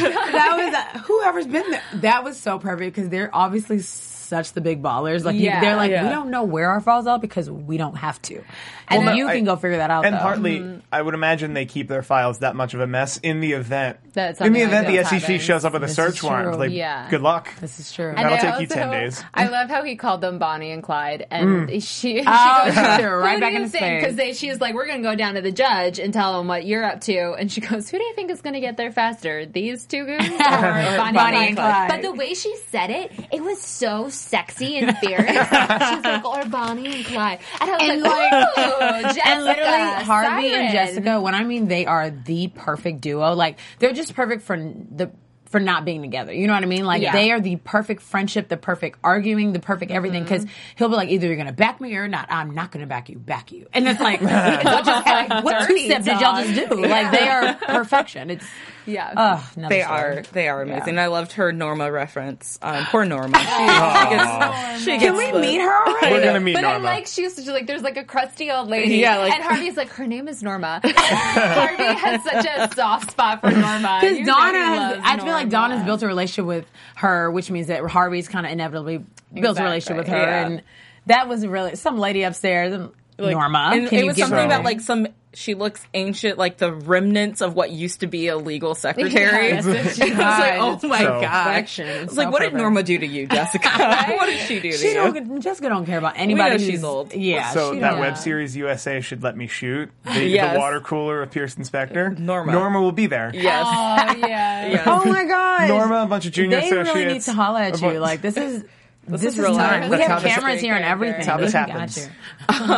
Speaker 4: don't know.
Speaker 2: that was whoever's been there. That was so perfect because they're obviously such the big ballers. Like you-
Speaker 4: Yeah.
Speaker 2: they're like,
Speaker 3: Yeah.
Speaker 2: we don't know where our files are because we don't have to, and
Speaker 5: Well, no,
Speaker 2: you
Speaker 5: I-
Speaker 2: can go figure that out.
Speaker 5: And
Speaker 2: though.
Speaker 5: partly, I would imagine they keep their files that much of a mess in the event.
Speaker 4: That something
Speaker 5: in the
Speaker 4: like
Speaker 5: event the
Speaker 4: this
Speaker 5: SEC
Speaker 4: happens.
Speaker 5: shows up with a search warrant,
Speaker 2: true.
Speaker 5: like,
Speaker 4: Yeah.
Speaker 5: good luck.
Speaker 2: this is true.
Speaker 5: That'll
Speaker 4: I
Speaker 5: take you 10
Speaker 4: also-
Speaker 5: days.
Speaker 4: I love how he called them Bonnie and Clyde, and she, she
Speaker 2: Oh,
Speaker 4: goes
Speaker 2: she threw it right back
Speaker 4: "Who do
Speaker 2: in
Speaker 4: you
Speaker 2: his
Speaker 4: think?"
Speaker 2: face.
Speaker 4: because she's like, "We're going to go down to the judge and tell him what you're up to," and she goes, "Who do you think is going to get there faster, these two goons or Bonnie,
Speaker 2: Bonnie and Clyde.
Speaker 8: But the way she said it, it was so sexy and fierce. She's like, or Bonnie and Clyde. And I was
Speaker 2: And
Speaker 8: like,
Speaker 4: "Oh,
Speaker 8: ooh, Jessica,
Speaker 2: and literally Harvey
Speaker 8: siren.
Speaker 2: and Jessica. When I mean they are the perfect duo, like they're just perfect for n- the for not being together. You know what I mean? Like
Speaker 4: Yeah.
Speaker 2: they are the perfect friendship, the perfect arguing, the perfect everything. Because he'll be like, either you're gonna back me or not. I'm not gonna back you. Back you. And it's like, what, just happened? what two step did y'all just do? Like they are perfection. It's
Speaker 4: Yeah,
Speaker 2: oh, another
Speaker 3: they
Speaker 2: story.
Speaker 3: are they are amazing. I loved her Norma reference. Um, poor Norma. She, gets, she
Speaker 2: Can
Speaker 3: gets
Speaker 2: we
Speaker 3: the-
Speaker 2: meet her already?
Speaker 5: We're going to meet
Speaker 4: but I
Speaker 5: Norma.
Speaker 4: like she was she's like, "There's like a crusty old lady,"
Speaker 3: Yeah, like-
Speaker 4: and Harvey's like, "Her name is Norma." Harvey has such a soft spot for Norma
Speaker 2: Because
Speaker 4: You know
Speaker 2: Donna,
Speaker 4: he
Speaker 2: has,
Speaker 4: loves
Speaker 2: I feel like
Speaker 4: Norma.
Speaker 2: Donna's built a relationship with her, which means that Harvey's kind of inevitably built a relationship with her,
Speaker 3: yeah.
Speaker 2: and that was really some lady upstairs, um, Norma.
Speaker 3: And
Speaker 2: can
Speaker 3: it
Speaker 2: you
Speaker 3: was
Speaker 2: give
Speaker 3: something
Speaker 2: her-
Speaker 3: about like some. She looks ancient, like the remnants of what used to be a legal secretary.
Speaker 4: Yeah, that's
Speaker 3: I was like, oh my
Speaker 5: So-
Speaker 3: god!
Speaker 2: Perfection.
Speaker 3: I
Speaker 2: It's
Speaker 3: was like,
Speaker 2: so
Speaker 3: what did
Speaker 2: perfect.
Speaker 3: Norma do to you, Jessica? what did she do to
Speaker 2: she
Speaker 3: you?
Speaker 2: don't Jessica don't care about anybody.
Speaker 3: she's
Speaker 2: who's-
Speaker 3: old.
Speaker 2: Yeah,
Speaker 5: so
Speaker 2: she
Speaker 5: that
Speaker 2: don't-
Speaker 5: web series USA should let me shoot the,
Speaker 3: Yes.
Speaker 5: the water cooler of Pierce Inspector.
Speaker 3: Norma.
Speaker 5: Norma will be there.
Speaker 3: Yes.
Speaker 4: Oh yeah.
Speaker 2: Oh my god,
Speaker 5: Norma, a bunch of junior
Speaker 2: they
Speaker 5: associates.
Speaker 2: really need to holler at
Speaker 5: a
Speaker 2: you.
Speaker 5: bunch-
Speaker 2: Like this is. This,
Speaker 3: is
Speaker 2: is,
Speaker 3: real
Speaker 2: time.
Speaker 3: life.
Speaker 2: We
Speaker 5: That's
Speaker 2: have
Speaker 5: how this-
Speaker 2: cameras here and everything.
Speaker 5: how this
Speaker 2: We got
Speaker 5: happens.
Speaker 2: you.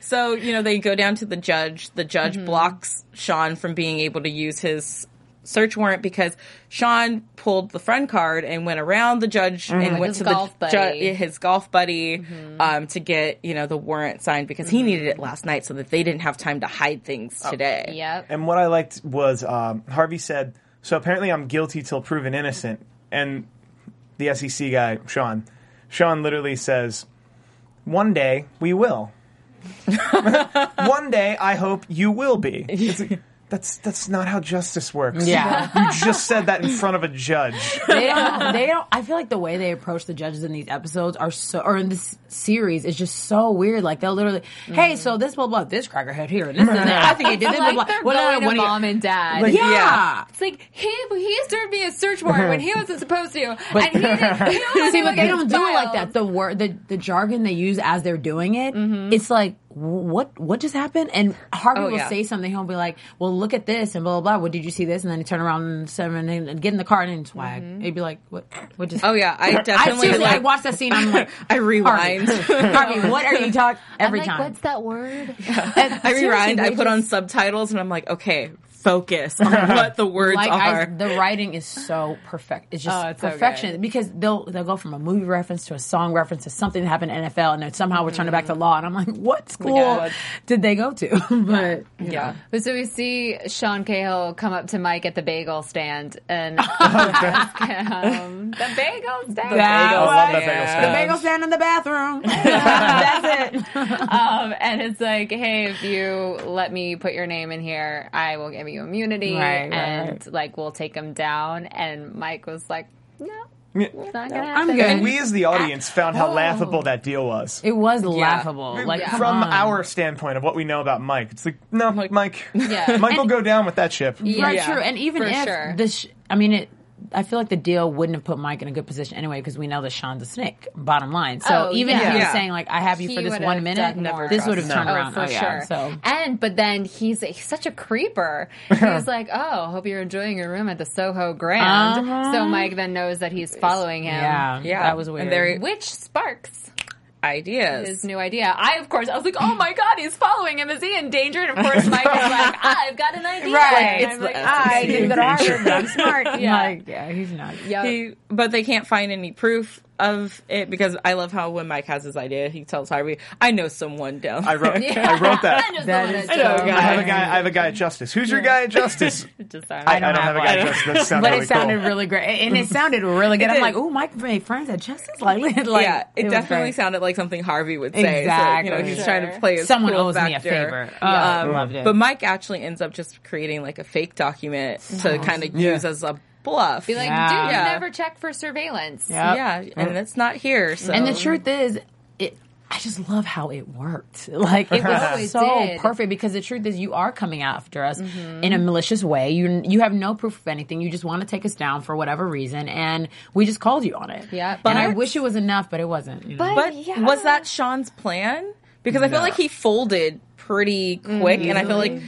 Speaker 3: So, you know, they go down to the judge. The judge blocks Sean from being able to use his search warrant because Sean pulled the friend card and went around the judge and went
Speaker 4: His
Speaker 3: to
Speaker 4: golf
Speaker 3: the
Speaker 4: buddy.
Speaker 3: ju- his golf buddy um, to get, you know, the warrant signed because he needed it last night so that they didn't have time to hide things today.
Speaker 4: Yep.
Speaker 5: And what I liked was um, Harvey said, "So apparently I'm guilty till proven innocent." And the SEC guy, Sean, Sean literally says, "One day we will. One day I hope you will be." It's like, that's that's not how justice works.
Speaker 2: Yeah.
Speaker 5: you just said that in front of a judge.
Speaker 2: they don't. They don't. I feel like the way they approach the judges in these episodes are so, or in this series, is just so weird. Like they'll literally, hey, so this blah blah, this cracker here, and this and that. I think he did this blah
Speaker 4: like
Speaker 2: blah.
Speaker 4: they're
Speaker 2: Well, no,
Speaker 4: going
Speaker 2: no,
Speaker 4: to
Speaker 2: what do you-
Speaker 4: mom and dad.
Speaker 2: yeah.
Speaker 4: It's like he he served me a search warrant when he wasn't supposed to, and he didn't. He didn't
Speaker 2: See,
Speaker 4: look
Speaker 2: but they
Speaker 4: at
Speaker 2: don't
Speaker 4: his
Speaker 2: do it like
Speaker 4: files.
Speaker 2: that. The word, the, the jargon they use as they're doing it, it's like, wh- what what just happened? And Harvey
Speaker 3: Mm-hmm. Oh,
Speaker 2: will
Speaker 3: yeah.
Speaker 2: say something. He'll be like, "Well, look at this," and blah blah blah. Well, did you see this? And then he turn around and, seven, and and get in the car and then swag. He'd be like, "What? What just?"
Speaker 3: Mm-hmm. Oh, yeah. I
Speaker 2: I
Speaker 3: definitely
Speaker 2: seriously, I
Speaker 3: like,
Speaker 2: watched that scene. I'm like,
Speaker 3: I rewind.
Speaker 2: Harvey, Harvey, what are you talking every
Speaker 8: like,
Speaker 2: time?
Speaker 8: what's that word?
Speaker 2: I
Speaker 3: I rewind. I put on subtitles and I'm like, okay, focus on what the words
Speaker 2: like I,
Speaker 3: are.
Speaker 2: the writing is so perfect. It's just
Speaker 3: Oh, it's so
Speaker 2: perfection because they'll they'll go from a movie reference to a song reference to something that happened in NFL, and then somehow we're turning back to law. And I'm like, what school
Speaker 3: God.
Speaker 2: did they go to? but
Speaker 3: yeah.
Speaker 4: But so we see Sean Cahill come up to Mike at the bagel stand and
Speaker 2: Oh,
Speaker 4: ask him, the bagel stand.
Speaker 2: that
Speaker 5: I
Speaker 2: was-
Speaker 5: love that bagel
Speaker 2: the
Speaker 5: stand.
Speaker 2: bagel stand in the bathroom. That's it.
Speaker 4: um, and it's like, hey, if you let me put your name in here, I will give you immunity,
Speaker 2: Right, right,
Speaker 4: and
Speaker 2: right.
Speaker 4: like we'll take him down. And Mike was like, no, it's not gonna
Speaker 2: I'm
Speaker 4: happen.
Speaker 2: good.
Speaker 5: And we as the audience found how laughable that deal was.
Speaker 2: It was laughable. Like
Speaker 5: From
Speaker 2: come on.
Speaker 5: our standpoint of what we know about Mike, it's like no, Mike.
Speaker 4: Yeah.
Speaker 5: Mike will go down with that ship.
Speaker 2: Right,
Speaker 3: Yeah.
Speaker 2: true. And even
Speaker 4: For
Speaker 2: if
Speaker 4: sure.
Speaker 2: the, sh- I mean, it, I feel like the deal wouldn't have put Mike in a good position anyway because we know that Sean's a snake. Bottom line, so
Speaker 4: Oh,
Speaker 2: even if
Speaker 4: yeah.
Speaker 2: he was
Speaker 3: Yeah.
Speaker 2: saying like, "I have you
Speaker 4: He
Speaker 2: for this
Speaker 4: would've
Speaker 2: one minute,"
Speaker 4: done more.
Speaker 2: this would have turned
Speaker 4: Oh,
Speaker 2: around
Speaker 4: for
Speaker 2: oh, yeah.
Speaker 4: sure.
Speaker 2: So
Speaker 4: And but then he's, he's such a creeper. He was like, "Oh, hope you're enjoying your room at the Soho Grand."
Speaker 2: Uh-huh.
Speaker 4: So Mike then knows that he's following him.
Speaker 2: yeah,
Speaker 3: Yeah.
Speaker 2: that was weird.
Speaker 3: And there-
Speaker 4: Which sparks
Speaker 3: Ideas.
Speaker 4: his new idea. I, of course, I was like, "Oh my god, he's following him! Is he in danger?" And of course, Mike is like, "Ah, "I've got an idea."
Speaker 2: Right.
Speaker 4: And I'm like, "Ah,
Speaker 2: I didn't go to Harvard, but I'm smart.
Speaker 4: Yeah.
Speaker 2: Like, yeah, he's not.
Speaker 4: Yup.
Speaker 3: He- but they can't find any proof of it because I love how when Mike has his idea, he tells Harvey, "I know someone down."
Speaker 5: I wrote. I wrote that.
Speaker 4: I know
Speaker 2: That
Speaker 4: someone
Speaker 2: is
Speaker 4: that
Speaker 2: so
Speaker 4: does.
Speaker 5: I have a guy. I have a guy at Justice. Who's your guy at Justice?
Speaker 4: Just that.
Speaker 2: I don't have
Speaker 5: a guy at Justice. That sounds
Speaker 2: But
Speaker 5: really
Speaker 2: it sounded
Speaker 5: cool.
Speaker 2: really great, and it sounded really good. I'm
Speaker 3: did.
Speaker 2: like, "Oh, Mike made friends at Justice." Like, like
Speaker 3: yeah, it,
Speaker 2: was
Speaker 3: definitely
Speaker 2: great.
Speaker 3: sounded like something Harvey would say. So, you
Speaker 2: Exactly.
Speaker 3: know, he's trying to play his
Speaker 2: Someone
Speaker 3: cool
Speaker 2: owes me a
Speaker 3: factor. Um,
Speaker 2: favor. Oh, I loved it.
Speaker 3: But Mike actually ends up just creating like a fake document to kind of use as a bluff.
Speaker 4: Be like,
Speaker 2: Yeah.
Speaker 4: dude, you
Speaker 3: Yeah.
Speaker 4: never check for surveillance.
Speaker 2: Yep. Mm.
Speaker 3: yeah, Um, and it's not here. So
Speaker 2: And the truth is, it. I just love how it worked. Like it was
Speaker 4: Oh, it
Speaker 2: so
Speaker 4: did.
Speaker 2: perfect because the truth is, you are coming after us
Speaker 3: Mm-hmm.
Speaker 2: in a malicious way. You you have no proof of anything. You just want to take us down for whatever reason, and we just called you on it.
Speaker 4: Yeah,
Speaker 2: and I
Speaker 4: but-
Speaker 2: wish it was enough, but it wasn't. you know?
Speaker 3: But was that Sean's plan? Because I feel like he folded pretty quick, and I feel like,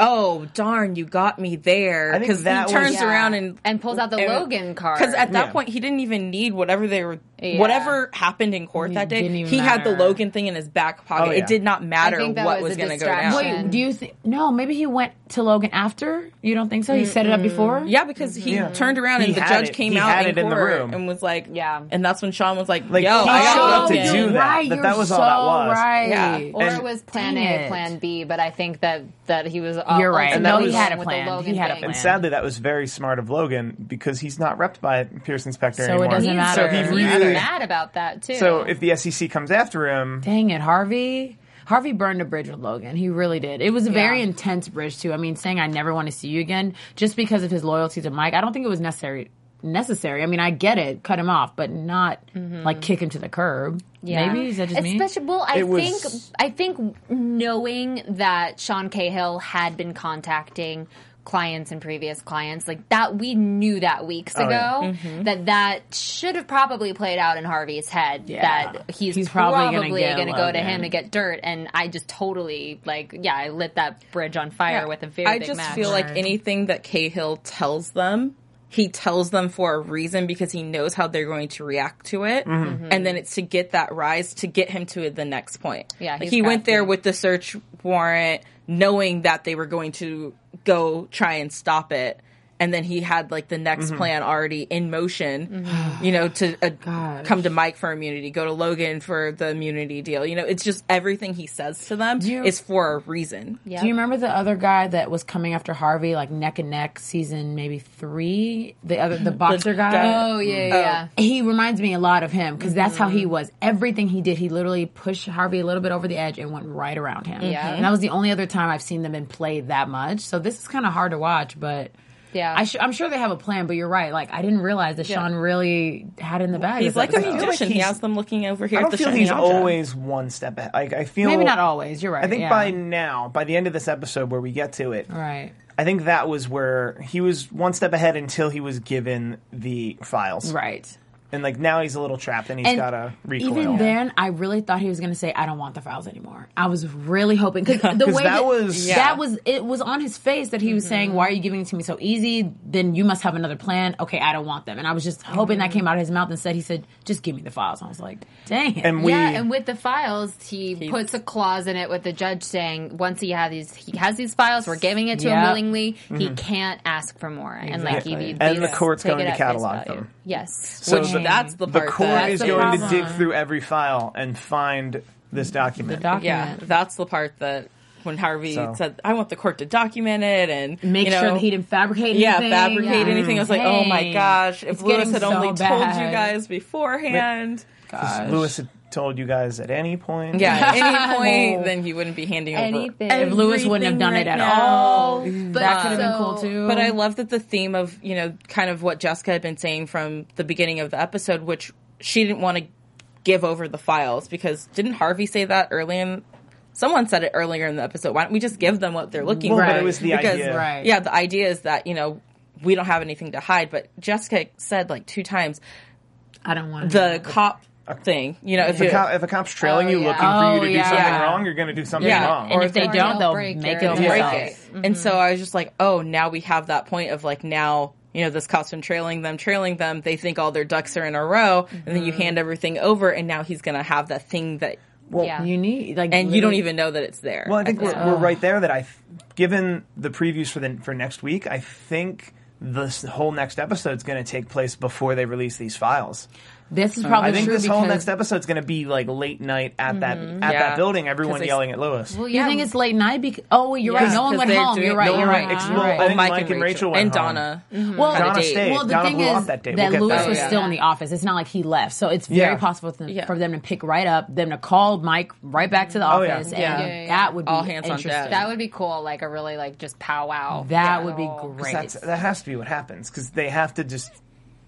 Speaker 3: oh darn, you got me there.
Speaker 5: I think
Speaker 3: Because he
Speaker 5: that was-
Speaker 3: turns around and
Speaker 4: and pulls out the Logan card.
Speaker 3: Because at that
Speaker 5: Yeah.
Speaker 3: point, he didn't even need whatever they were,
Speaker 4: Yeah.
Speaker 3: whatever happened in court that day.
Speaker 2: didn't even
Speaker 3: He had the
Speaker 2: matter.
Speaker 3: Logan thing in his back pocket.
Speaker 5: Oh, yeah.
Speaker 3: It did not matter
Speaker 4: I think that
Speaker 3: what
Speaker 4: was
Speaker 3: was,
Speaker 4: a
Speaker 3: going to go
Speaker 4: distraction.
Speaker 3: down.
Speaker 4: Wait,
Speaker 2: Wait, do you think? No, maybe he went to Logan after. You don't think so? He set it up before.
Speaker 3: yeah, because he turned around
Speaker 5: He
Speaker 3: and the
Speaker 5: had
Speaker 3: judge
Speaker 5: it.
Speaker 3: came
Speaker 5: He
Speaker 3: out
Speaker 5: had
Speaker 3: in
Speaker 5: it in the
Speaker 3: court
Speaker 5: room.
Speaker 3: and was like,
Speaker 4: Yeah.
Speaker 3: And that's when Sean was like,
Speaker 5: Like,
Speaker 3: Yo,
Speaker 5: he
Speaker 3: I
Speaker 5: showed
Speaker 3: got
Speaker 5: up to
Speaker 3: Logan.
Speaker 5: do that,
Speaker 2: Right,
Speaker 5: that
Speaker 2: you're
Speaker 5: that was all
Speaker 2: so
Speaker 5: that was.
Speaker 2: Right.
Speaker 3: Yeah.
Speaker 4: or
Speaker 5: And-
Speaker 4: it was Plan
Speaker 2: Dang
Speaker 4: A,
Speaker 2: it.
Speaker 4: Plan B, but I think that that he was. all-
Speaker 2: You're right.
Speaker 4: ultimately
Speaker 5: No, he
Speaker 2: had a
Speaker 4: with the
Speaker 2: plan.
Speaker 4: Logan
Speaker 2: He had a
Speaker 4: thing.
Speaker 2: plan.
Speaker 5: And sadly, that was very smart of Logan because he's not repped by Pearson Spector
Speaker 2: So it
Speaker 5: anymore.
Speaker 2: doesn't
Speaker 4: He's
Speaker 2: matter.
Speaker 5: So he
Speaker 2: He's
Speaker 5: really.
Speaker 4: mad about that too.
Speaker 5: So if the SEC comes after him,
Speaker 2: Dang it, Harvey. Harvey burned a bridge with Logan. He really did. It was a very
Speaker 4: Yeah.
Speaker 2: intense bridge too. I mean, saying I never want to see you again just because of his loyalty to Mike. I don't think it was necessary necessary. I mean, I get it, cut him off, but not
Speaker 4: Mm-hmm.
Speaker 2: like kick him to the curb. Maybe is that just me?
Speaker 4: Especially, well, I
Speaker 5: It was-
Speaker 4: think I think knowing that Sean Cahill had been contacting clients and previous clients like that, we knew that weeks ago
Speaker 5: Oh, yeah.
Speaker 2: Mm-hmm.
Speaker 4: that that should have probably played out in Harvey's head
Speaker 2: Yeah.
Speaker 4: that he's,
Speaker 2: He's probably
Speaker 4: probably,
Speaker 2: gonna get
Speaker 4: going to go to
Speaker 2: Logan.
Speaker 4: him to get dirt, and I just totally like yeah, I lit that bridge on fire
Speaker 3: Yeah.
Speaker 4: with a very
Speaker 3: I
Speaker 4: big
Speaker 3: just
Speaker 4: match.
Speaker 3: feel like anything that Cahill tells them, he tells them for a reason because he knows how they're going to react to it,
Speaker 4: Mm-hmm.
Speaker 3: and then it's to get that rise to get him to the next point.
Speaker 4: Yeah,
Speaker 3: like
Speaker 4: he's
Speaker 3: he went there
Speaker 4: crafty.
Speaker 3: with the search warrant, knowing that they were going to go try and stop it. And then he had like the next plan already in motion,
Speaker 4: Mm-hmm.
Speaker 3: you know, to uh, come to Mike for immunity, go to Logan for the immunity deal. You know, it's just everything he says to them
Speaker 2: you-
Speaker 3: is for a reason. Yeah.
Speaker 2: Do you remember the other guy that was coming after Harvey, like neck and neck, season maybe three? The other, the boxer guy.
Speaker 4: oh yeah, yeah.
Speaker 2: he reminds me a lot of him because that's how he was. Everything he did, he literally pushed Harvey a little bit over the edge and went right around him.
Speaker 4: Yeah.
Speaker 2: and that was the only other time I've seen them in play that much. So this is kind of hard to watch, but
Speaker 4: Yeah.
Speaker 2: I sh- I'm sure they have a plan. But you're right; like I didn't realize that Sean really had it in the bag.
Speaker 3: He's
Speaker 2: this
Speaker 3: like a
Speaker 2: episode.
Speaker 5: like
Speaker 3: magician. he
Speaker 5: he's-
Speaker 3: has them looking over here.
Speaker 5: I
Speaker 3: at
Speaker 5: don't
Speaker 3: the
Speaker 5: feel he's
Speaker 3: Shinhyeonja.
Speaker 5: always one step ahead. Like I feel
Speaker 2: Maybe not always. You're right.
Speaker 5: I think
Speaker 2: yeah.
Speaker 5: by now, by the end of this episode where we get to it,
Speaker 2: right,
Speaker 5: I think that was where he was one step ahead until he was given the files.
Speaker 2: right.
Speaker 5: and like now he's a little trapped and he's
Speaker 2: And
Speaker 5: got to recoil.
Speaker 2: Even then, I really thought he was going to say, "I don't want the files anymore." I was really hoping because the
Speaker 5: 'Cause
Speaker 2: way
Speaker 5: that
Speaker 2: that,
Speaker 5: was- Yeah.
Speaker 2: that was it was on his face that he was saying, "Why are you giving it to me so easy? Then you must have another plan." Okay, I don't want them, and I was just hoping
Speaker 3: Mm-hmm.
Speaker 2: that came out of his mouth. Instead, he said, "Just give me the files." And I was like, "Dang it!"
Speaker 5: and we
Speaker 4: yeah, and with the files, he puts a clause in it with the judge saying once he has these, he has these files. We're giving it to him
Speaker 2: Yeah.
Speaker 4: willingly. He can't ask for more, and like he,
Speaker 5: Mm-hmm. Exactly. And the court's going to catalog them.
Speaker 4: Yes,
Speaker 5: So
Speaker 3: Which
Speaker 5: the-
Speaker 3: that's the
Speaker 5: the
Speaker 3: part
Speaker 5: court
Speaker 3: that-
Speaker 5: is
Speaker 3: That's the
Speaker 5: going to
Speaker 2: problem.
Speaker 5: dig through every file and find this document.
Speaker 3: yeah, that's the part that when Harvey
Speaker 5: So.
Speaker 3: said, "I want the court to document it and
Speaker 2: make
Speaker 3: you know,
Speaker 2: sure that he didn't fabricate
Speaker 3: yeah
Speaker 2: anything.
Speaker 3: fabricate anything." I was like, "Oh my
Speaker 2: Dang.
Speaker 3: gosh!" If
Speaker 2: It's
Speaker 3: Lewis
Speaker 2: getting
Speaker 3: had
Speaker 2: so
Speaker 3: only told you
Speaker 2: bad.
Speaker 3: guys beforehand,
Speaker 2: Gosh.
Speaker 5: Lewis had told you guys at any point.
Speaker 3: yeah, at any point, then he wouldn't be handing over
Speaker 4: anything.
Speaker 2: if Lewis wouldn't have done it
Speaker 3: everything
Speaker 2: at
Speaker 3: right now.
Speaker 2: all, that
Speaker 4: But
Speaker 2: could have been
Speaker 4: so-
Speaker 2: cool too.
Speaker 3: But I love that the theme of, you know, kind of what Jessica had been saying from the beginning of the episode, which she didn't want to give over the files because didn't Harvey say that early in someone said it earlier in the episode. Why don't we just give them what they're looking
Speaker 5: Well,
Speaker 3: for?
Speaker 5: but it was the
Speaker 3: because,
Speaker 5: idea.
Speaker 2: Right.
Speaker 3: Yeah, the idea is that, you know, we don't have anything to hide, but Jessica said like two times
Speaker 2: I don't want
Speaker 3: the cop thing, you know, if
Speaker 5: If a,
Speaker 3: you
Speaker 5: cop, if a cop's trailing you
Speaker 4: yeah.
Speaker 5: looking for you to
Speaker 2: Oh,
Speaker 5: do
Speaker 2: yeah.
Speaker 5: something
Speaker 2: Yeah.
Speaker 5: wrong, you're going to do something
Speaker 3: Yeah.
Speaker 5: wrong.
Speaker 2: And
Speaker 3: Or
Speaker 2: if they
Speaker 4: they'll
Speaker 2: don't, they'll
Speaker 4: break
Speaker 2: make it
Speaker 4: your-
Speaker 2: themselves.
Speaker 3: break
Speaker 5: Yeah.
Speaker 3: it. And
Speaker 2: Mm-hmm.
Speaker 3: so I was just like, oh, now we have that point of like now, you know, this cop's been trailing them, trailing them. They think all their ducks are in a row, and then you
Speaker 2: Mm-hmm.
Speaker 3: hand everything over, and now he's gonna have that thing that,
Speaker 4: yeah.
Speaker 2: You need like,
Speaker 3: and you don't
Speaker 2: literally-
Speaker 3: even know that it's there.
Speaker 5: Well, I think we're, we're right there. That I, given the previews for the for next week, I think this whole next episode is going to take place before they release these files.
Speaker 2: This is probably
Speaker 5: I think
Speaker 2: true
Speaker 5: this
Speaker 2: because Mm-hmm.
Speaker 5: whole next episode is going to be like late night at that at
Speaker 3: Yeah.
Speaker 5: that building. Everyone
Speaker 3: they-
Speaker 5: yelling at Lewis.
Speaker 4: Well,
Speaker 2: You
Speaker 4: yeah,
Speaker 2: think it's late night? Because oh, wait, you're
Speaker 3: Yeah,
Speaker 2: right. No one
Speaker 3: 'cause
Speaker 2: went
Speaker 3: they're
Speaker 2: home.
Speaker 3: doing-
Speaker 2: You're right.
Speaker 3: no
Speaker 2: you're
Speaker 3: one
Speaker 2: right.
Speaker 3: went-
Speaker 5: It's-
Speaker 2: You're
Speaker 5: well,
Speaker 2: right. Mm-hmm.
Speaker 5: I think
Speaker 3: Oh, Mike
Speaker 5: Mike
Speaker 3: and
Speaker 5: and
Speaker 3: Rachel.
Speaker 5: Rachel went
Speaker 3: And
Speaker 5: home.
Speaker 3: Donna.
Speaker 2: Well,
Speaker 3: Donna
Speaker 2: the-
Speaker 3: stayed.
Speaker 2: well, the
Speaker 5: Donna
Speaker 2: thing
Speaker 5: blew
Speaker 2: is
Speaker 5: off that date. We'll
Speaker 2: that
Speaker 5: get
Speaker 2: Lewis
Speaker 5: that
Speaker 2: was
Speaker 5: later.
Speaker 2: still in the office. It's not like he left, so it's very
Speaker 5: Yeah.
Speaker 2: possible for them,
Speaker 3: Yeah.
Speaker 2: for them to pick right up, them to call Mike right back to the
Speaker 5: Oh, yeah.
Speaker 2: office, and
Speaker 3: Yeah. Yeah,
Speaker 4: yeah.
Speaker 2: that would be
Speaker 3: All hands on
Speaker 2: interesting.
Speaker 3: deck.
Speaker 4: that would be cool. Like a really like just powwow.
Speaker 2: That
Speaker 4: Yeah.
Speaker 2: would be
Speaker 4: Oh,
Speaker 2: great.
Speaker 5: That's, that has to be what happens because they have to just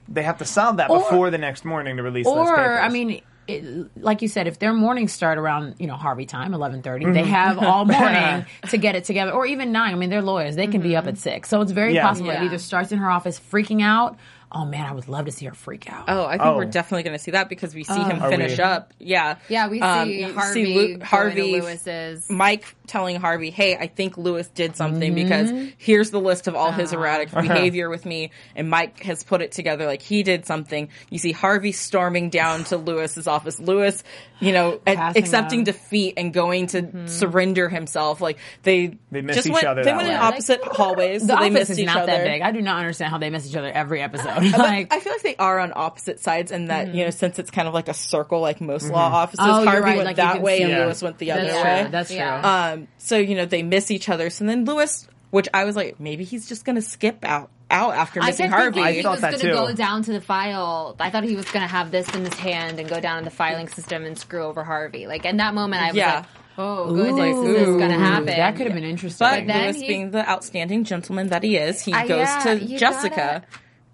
Speaker 5: they have to solve that
Speaker 2: Or-
Speaker 5: before the next morning to release. those
Speaker 2: or
Speaker 5: papers.
Speaker 2: I mean, it, like you said, if their mornings start around you know Harvey time, eleven they have all morning to get it together, or even nine. I mean, they're lawyers; they can be up at six, so it's very
Speaker 5: Yeah.
Speaker 2: possible it
Speaker 3: Yeah.
Speaker 2: either starts in her office freaking out. Oh man, I would love to see her freak out.
Speaker 3: Oh, I think
Speaker 5: Oh.
Speaker 3: we're definitely going to see that because we
Speaker 2: Oh.
Speaker 3: see him
Speaker 5: Are
Speaker 3: finish
Speaker 5: we?
Speaker 3: up. Yeah,
Speaker 4: Yeah, we see
Speaker 3: Um, you
Speaker 4: Harvey.
Speaker 3: Lu-
Speaker 4: going to
Speaker 3: Harvey,
Speaker 4: Lewis's.
Speaker 3: Mike telling Harvey, "Hey, I think Lewis did something
Speaker 2: Mm-hmm.
Speaker 3: because here's the list of all his
Speaker 2: Ah.
Speaker 3: erratic
Speaker 5: Uh-huh.
Speaker 3: behavior with me." And Mike has put it together like he did something. You see Harvey storming down to Lewis's office. Lewis, you know, a-
Speaker 2: Passing Mm-hmm.
Speaker 3: accepting
Speaker 2: out.
Speaker 3: defeat and going to surrender himself. Like they,
Speaker 5: They miss
Speaker 3: just
Speaker 5: each
Speaker 3: went,
Speaker 5: other
Speaker 3: They
Speaker 5: that
Speaker 3: went in
Speaker 5: way.
Speaker 3: opposite hallways,
Speaker 2: The
Speaker 3: so they
Speaker 2: office
Speaker 3: missed
Speaker 2: is
Speaker 3: each
Speaker 2: not
Speaker 3: other.
Speaker 2: that big. I do not understand how they mess each other every episode.
Speaker 3: But
Speaker 2: like Mm-hmm.
Speaker 3: I feel like they are on opposite sides, and that you know, since it's kind of like a circle, like most law
Speaker 5: Mm-hmm.
Speaker 3: offices,
Speaker 2: Oh, you're
Speaker 3: Harvey
Speaker 2: right,
Speaker 3: went
Speaker 2: like you
Speaker 3: that
Speaker 2: can
Speaker 3: way,
Speaker 2: see
Speaker 3: and
Speaker 2: it.
Speaker 3: Lewis went the
Speaker 2: that's
Speaker 3: other
Speaker 2: true.
Speaker 3: way.
Speaker 2: That's true.
Speaker 4: Yeah.
Speaker 3: Um, so you know they miss each other. So then Lewis, which I was like, maybe he's just gonna skip out out after
Speaker 4: I
Speaker 3: missing
Speaker 4: kept thinking
Speaker 3: Harvey.
Speaker 4: he
Speaker 5: I thought
Speaker 4: was
Speaker 5: that
Speaker 4: going
Speaker 5: too.
Speaker 4: to go down to the file. I thought he was going to have this in his hand and go down to the filing system and screw over Harvey. Like in that moment, I was
Speaker 3: Yeah.
Speaker 4: like, "Oh, good, this is going to happen."
Speaker 2: That could have been interesting.
Speaker 3: but
Speaker 4: then
Speaker 3: Lewis,
Speaker 4: he-
Speaker 3: being the outstanding gentleman that he is, he
Speaker 4: Uh,
Speaker 3: goes
Speaker 4: yeah,
Speaker 3: to
Speaker 4: you
Speaker 3: Jessica,
Speaker 4: gotta-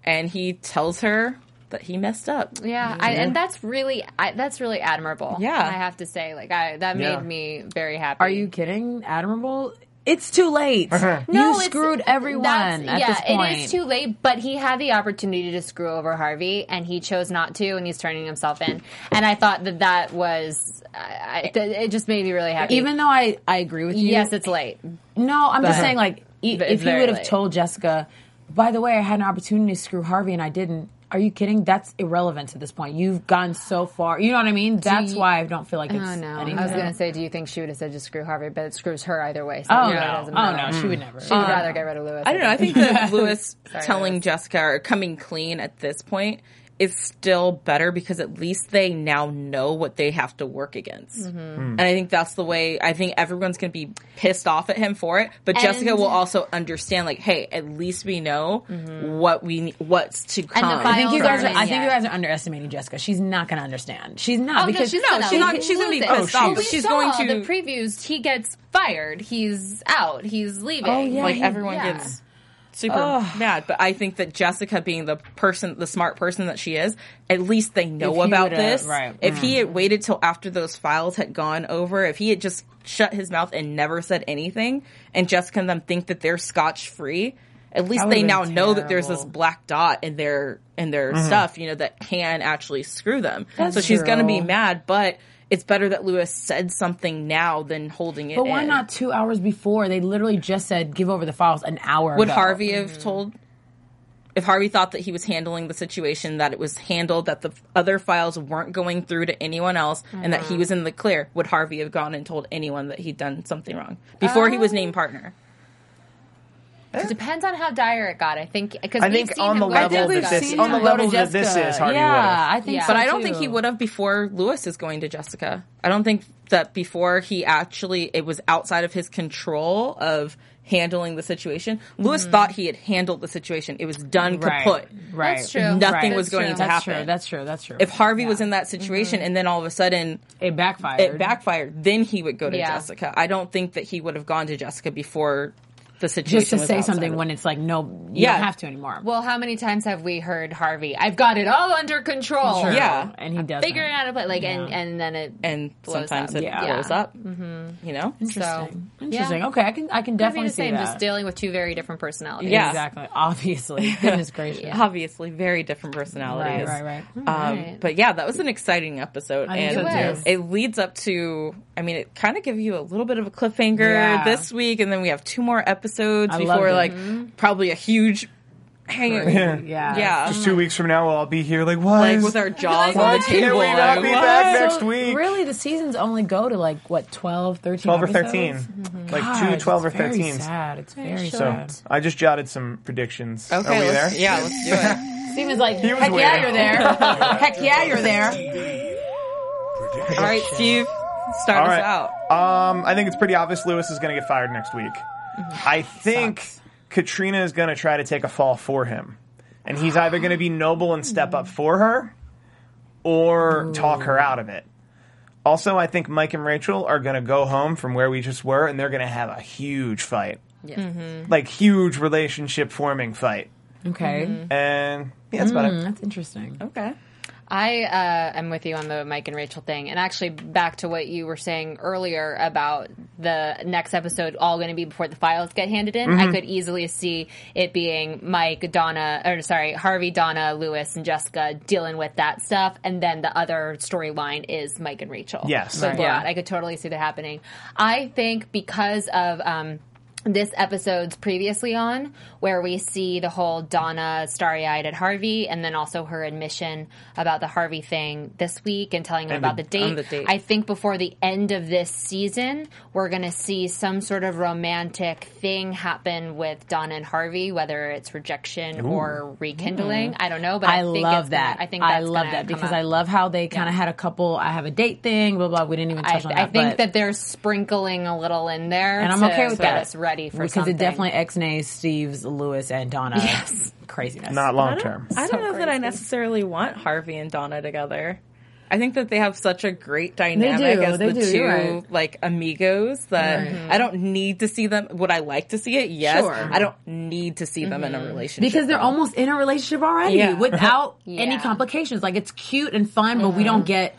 Speaker 3: and he tells her that he messed up.
Speaker 4: Yeah, I, and that's really I, that's really admirable.
Speaker 3: Yeah.
Speaker 4: I have to say, like I that made
Speaker 5: Yeah.
Speaker 4: me very happy.
Speaker 2: Are you kidding? Admirable? It's too late.
Speaker 4: No,
Speaker 2: you
Speaker 4: it's-
Speaker 2: screwed everyone
Speaker 4: that's-
Speaker 2: at
Speaker 4: yeah,
Speaker 2: this point.
Speaker 4: it is too late. But he had the opportunity to screw over Harvey, and he chose not to, and he's turning himself in. And I thought that that was I, I- th- it. Just made me really happy.
Speaker 2: Even though I, I agree with you.
Speaker 4: yes, it's late.
Speaker 2: No, I'm just
Speaker 4: But-
Speaker 2: saying, like, e-
Speaker 4: But
Speaker 2: if
Speaker 4: it's
Speaker 2: you
Speaker 4: very
Speaker 2: would have
Speaker 4: late.
Speaker 2: told Jessica, by the way, I had an opportunity to screw Harvey and I didn't. Are you kidding? That's irrelevant at this point. You've gone so far. You know what I mean? That's
Speaker 4: you-
Speaker 2: why I don't feel like it's
Speaker 4: Oh no!
Speaker 2: anything.
Speaker 4: I was gonna say, do you think she would have said just screw Harvey? But it screws her either way. So
Speaker 2: oh,
Speaker 4: it
Speaker 2: no.
Speaker 4: doesn't
Speaker 2: Oh,
Speaker 4: matter. Mm.
Speaker 2: no. She would never.
Speaker 4: She'd rather get rid of Lewis.
Speaker 3: I don't know. I think that Lewis
Speaker 4: Sorry,
Speaker 3: telling
Speaker 4: Lewis.
Speaker 3: Jessica or coming clean at this point is still better because at least they now know what they have to work against.
Speaker 4: Mm-hmm.
Speaker 3: And I think that's the way I think everyone's going to be pissed off at him for it, but Jessica
Speaker 4: And-
Speaker 3: will also understand like, hey, at least we know what we what's to come.
Speaker 2: I think you
Speaker 4: Mm-hmm. files
Speaker 2: guys are.
Speaker 4: aren't
Speaker 2: I
Speaker 4: in
Speaker 2: think
Speaker 4: yet.
Speaker 2: you guys are underestimating Jessica. She's not going to understand. She's not
Speaker 4: Oh, no,
Speaker 2: because
Speaker 4: she's not.
Speaker 2: she's
Speaker 4: She's
Speaker 3: She's going to be
Speaker 4: losing.
Speaker 3: pissed
Speaker 5: Oh,
Speaker 3: off.
Speaker 5: she's-
Speaker 3: She's
Speaker 4: saw
Speaker 3: going to
Speaker 4: the previews. He gets fired. He's out. He's leaving.
Speaker 2: Oh, yeah,
Speaker 3: like
Speaker 2: he-
Speaker 3: everyone
Speaker 4: yeah.
Speaker 3: gets super mad but i think that jessica being the person the smart person that she is at least they know
Speaker 2: If he
Speaker 3: about
Speaker 2: would've-
Speaker 3: this
Speaker 2: right. mm.
Speaker 3: if he had waited till after those files had gone over if he had just shut his mouth and never said anything and jessica and them think that they're scotch free At least
Speaker 2: would've
Speaker 3: they
Speaker 2: been
Speaker 3: now know that there's this
Speaker 2: terrible. Mm-hmm.
Speaker 3: black dot in their in their stuff, you know, that can actually screw them.
Speaker 2: That's
Speaker 3: so she's gonna be
Speaker 2: true.
Speaker 3: mad, but it's better that Lewis said something now than holding it.
Speaker 2: But why
Speaker 3: in.
Speaker 2: not two hours before? They literally just said give over the files an hour.
Speaker 3: Would
Speaker 2: ago.
Speaker 3: Harvey have
Speaker 2: Mm-hmm.
Speaker 3: told? If Harvey thought that he was handling the situation, that it was handled, that the other files weren't going through to anyone else, and
Speaker 2: Mm-hmm.
Speaker 3: that he was in the clear, would Harvey have gone and told anyone that he'd done something wrong before he was
Speaker 2: Um,
Speaker 3: named partner?
Speaker 4: It depends on how dire it got. I think because
Speaker 5: I think on the
Speaker 2: I
Speaker 5: level
Speaker 2: think we've
Speaker 5: that this
Speaker 2: seen
Speaker 5: on the
Speaker 2: him go to
Speaker 5: level that this
Speaker 2: Jessica.
Speaker 5: is Harvey
Speaker 2: Yeah,
Speaker 5: would've.
Speaker 2: I think.
Speaker 4: Yeah.
Speaker 2: so,
Speaker 3: But I don't think
Speaker 2: too.
Speaker 3: he would have before Lewis is going to Jessica. I don't think that before he actually it was outside of his control of handling the situation. Lewis thought he had handled the situation. It was done
Speaker 2: Mm-hmm. Right.
Speaker 3: kaput.
Speaker 2: Right.
Speaker 8: That's true.
Speaker 3: Nothing
Speaker 2: Right.
Speaker 3: was
Speaker 2: That's
Speaker 3: going
Speaker 2: true.
Speaker 3: to
Speaker 2: That's
Speaker 3: happen.
Speaker 2: True. That's true. That's true.
Speaker 3: if Harvey was in that situation
Speaker 2: Mm-hmm.
Speaker 3: and then all of a sudden
Speaker 2: it backfired,
Speaker 3: it backfired, then he would go to
Speaker 4: Yeah.
Speaker 3: Jessica. I don't think that he would have gone to Jessica before the situation.
Speaker 2: just to
Speaker 3: was
Speaker 2: say
Speaker 3: outside
Speaker 2: something
Speaker 3: of-
Speaker 2: when it's like no, you
Speaker 3: Yeah.
Speaker 2: don't have to anymore.
Speaker 4: Well, how many times have we heard Harvey? I've got it all under control.
Speaker 2: Sure.
Speaker 3: yeah.
Speaker 2: and he does
Speaker 4: figuring out a play like and and then it
Speaker 3: and
Speaker 4: blows
Speaker 3: sometimes
Speaker 4: up.
Speaker 3: it
Speaker 2: Yeah. Mm-hmm.
Speaker 3: blows up. You know,
Speaker 2: Interesting.
Speaker 4: So,
Speaker 2: Interesting.
Speaker 4: yeah.
Speaker 2: Okay, I can I can
Speaker 4: Could be
Speaker 2: definitely
Speaker 4: the
Speaker 2: see
Speaker 4: same,
Speaker 2: that.
Speaker 4: just dealing with two very different personalities.
Speaker 3: Yeah.
Speaker 2: Exactly. Obviously. Goodness gracious. Hmm.
Speaker 3: obviously, very different personalities.
Speaker 2: Right. Right. Right.
Speaker 3: Um, But yeah, that was an exciting episode,
Speaker 2: I think
Speaker 3: and
Speaker 2: so,
Speaker 3: it,
Speaker 4: It
Speaker 3: leads up to. I mean, it kind of gave you a little bit of a cliffhanger
Speaker 2: Yeah.
Speaker 3: this week, and then we have two more episodes
Speaker 2: I loved
Speaker 3: before
Speaker 2: it. Mm-hmm.
Speaker 3: like probably a huge hanger.
Speaker 5: Yeah.
Speaker 2: Yeah.
Speaker 3: Yeah.
Speaker 5: Just two weeks from now, we'll all be here like what?
Speaker 3: like
Speaker 5: is-
Speaker 3: with our jaws on the
Speaker 5: Can't
Speaker 3: table.
Speaker 5: we
Speaker 3: like,
Speaker 5: not be
Speaker 3: what?
Speaker 5: back next week?
Speaker 2: Really, the seasons only go to like what 12, 13
Speaker 5: 12 or
Speaker 2: episodes? Mm-hmm.
Speaker 5: 13. Like
Speaker 2: God,
Speaker 5: two,
Speaker 2: it's
Speaker 5: 12 or
Speaker 2: very
Speaker 5: 13.
Speaker 2: Sad. It's very
Speaker 5: So
Speaker 2: sad.
Speaker 5: I just jotted some predictions.
Speaker 3: Okay,
Speaker 5: Are we there?
Speaker 3: let's, yeah, let's do it.
Speaker 2: Steven's like,
Speaker 5: was
Speaker 2: heck yeah,
Speaker 5: waiting.
Speaker 2: you're there. heck yeah, you're there.
Speaker 3: All right, Steve, start
Speaker 5: All
Speaker 3: us
Speaker 5: right.
Speaker 3: out.
Speaker 5: Um, I think it's pretty obvious Lewis is going to get fired next week. I think Katrina is going to try to take a fall for him. And he's either going to be noble and step up for her or talk her out of it. Also, I think Mike and Rachel are going to go home from where we just were and they're going to have a huge fight. Like, huge relationship forming fight.
Speaker 2: Okay.
Speaker 4: Mm-hmm.
Speaker 2: Hmm,
Speaker 5: And yeah, that's about it.
Speaker 2: That's interesting.
Speaker 3: Okay.
Speaker 4: I uh, am with you on the Mike and Rachel thing, and actually back to what you were saying earlier about the next episode all going to be before the files get handed in.
Speaker 5: Mm-hmm.
Speaker 4: I could easily see it being Mike, Donna, or sorry, Harvey, Donna, Lewis, and Jessica dealing with that stuff, and then the other storyline is Mike and Rachel.
Speaker 5: Yes.
Speaker 4: with
Speaker 5: Right.
Speaker 4: Borat. I could totally see that happening. I think because of. Um, this episode's previously on, where we see the whole Donna starry eyed at Harvey, and then also her admission about the Harvey thing this week and telling him about the, date.
Speaker 3: the date.
Speaker 4: I think before the end of this season, we're going to see some sort of romantic thing happen with Donna and Harvey, whether it's rejection or rekindling. I don't know, but I,
Speaker 2: Mm-hmm. I
Speaker 4: think
Speaker 2: love
Speaker 4: it's
Speaker 2: that.
Speaker 4: Gonna, I think
Speaker 2: I
Speaker 4: that's
Speaker 2: love
Speaker 4: gonna
Speaker 2: that
Speaker 4: come
Speaker 2: because
Speaker 4: up.
Speaker 2: I love how they kind of had a couple. I have a date thing, blah blah. We didn't even
Speaker 4: I,
Speaker 2: touch on that.
Speaker 4: I think
Speaker 2: but-
Speaker 4: that they're sprinkling a little in there,
Speaker 2: and I'm
Speaker 4: to
Speaker 2: okay with
Speaker 4: get
Speaker 2: that.
Speaker 4: us ready for
Speaker 2: because
Speaker 4: something.
Speaker 2: it definitely ex nays Steve's, Lewis, and Donna. Yes, craziness.
Speaker 5: Not long term.
Speaker 3: I don't know that I necessarily want Harvey and Donna together. I think that they have such a great dynamic
Speaker 2: do,
Speaker 3: as
Speaker 2: they
Speaker 3: the
Speaker 2: do,
Speaker 3: two
Speaker 2: you're right.
Speaker 3: like amigos that I don't need to see them. Would I like to see it? Yes.
Speaker 2: Sure. Mm-hmm.
Speaker 3: I don't need to see them in a relationship
Speaker 2: because they're
Speaker 3: though.
Speaker 2: almost in a relationship already
Speaker 3: Yeah.
Speaker 2: without any
Speaker 4: Yeah. Mm-hmm.
Speaker 2: complications. Like it's cute and fun, but we don't get.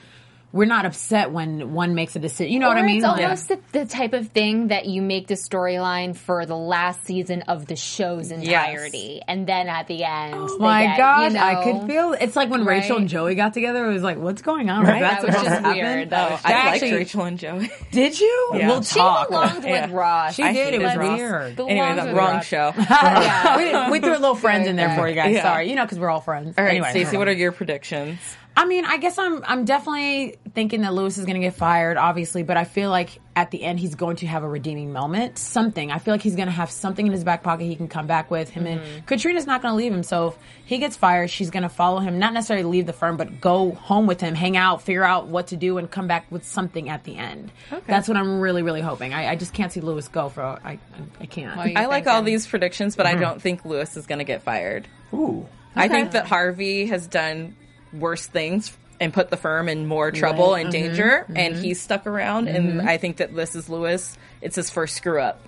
Speaker 2: We're not upset when one makes a decision. You know
Speaker 4: Or
Speaker 2: what I mean?
Speaker 4: It's
Speaker 2: Like-
Speaker 4: almost the, the type of thing that you make the storyline for the last season of the show's entirety, and then at the end,
Speaker 2: Oh
Speaker 4: they
Speaker 2: my
Speaker 4: get, you
Speaker 2: gosh, I
Speaker 4: know-
Speaker 2: could feel it's like when Rachel
Speaker 4: Right.
Speaker 2: and Joey got together. It was like, what's going on? Like,
Speaker 4: That was
Speaker 2: what
Speaker 4: just
Speaker 2: happened?
Speaker 4: weird. That was
Speaker 3: I
Speaker 4: just-
Speaker 3: liked
Speaker 2: Actually-
Speaker 3: Rachel and Joey.
Speaker 2: Did you? We'll
Speaker 4: She
Speaker 2: talk.
Speaker 4: belonged with Ross.
Speaker 2: She
Speaker 4: I
Speaker 2: did. It
Speaker 4: think
Speaker 2: was
Speaker 4: that's-
Speaker 2: weird.
Speaker 4: belonged
Speaker 3: anyway, that
Speaker 4: with
Speaker 3: wrong
Speaker 4: Ross.
Speaker 3: show.
Speaker 4: Yeah.
Speaker 2: we, we threw a little friends in there for you guys.
Speaker 3: Yeah.
Speaker 2: Sorry, you know, because we're all friends.
Speaker 3: All right,
Speaker 2: anyway,
Speaker 3: Stacey, what are your predictions?
Speaker 2: I mean, I guess I'm I'm definitely thinking that Lewis is going to get fired, obviously, but I feel like at the end he's going to have a redeeming moment, something. I feel like he's going to have something in his back pocket he can come back with. Him and Katrina's not going to leave him, so if he gets fired, she's going to follow him, not necessarily leave the firm, but go home with him, hang out, figure out what to do, and come back with something at the end. That's what I'm really, really hoping. I, I just can't see Lewis go for. I I, I can't.
Speaker 4: Well, you
Speaker 3: I like
Speaker 4: thinking?
Speaker 3: all these predictions,
Speaker 2: Mm-hmm.
Speaker 3: but I don't think Lewis is going to get fired.
Speaker 5: Ooh.
Speaker 3: I think that Harvey has done worse things and put the firm in more trouble and danger, and he's stuck around. And I think that this is Lewis. It's his first screw up.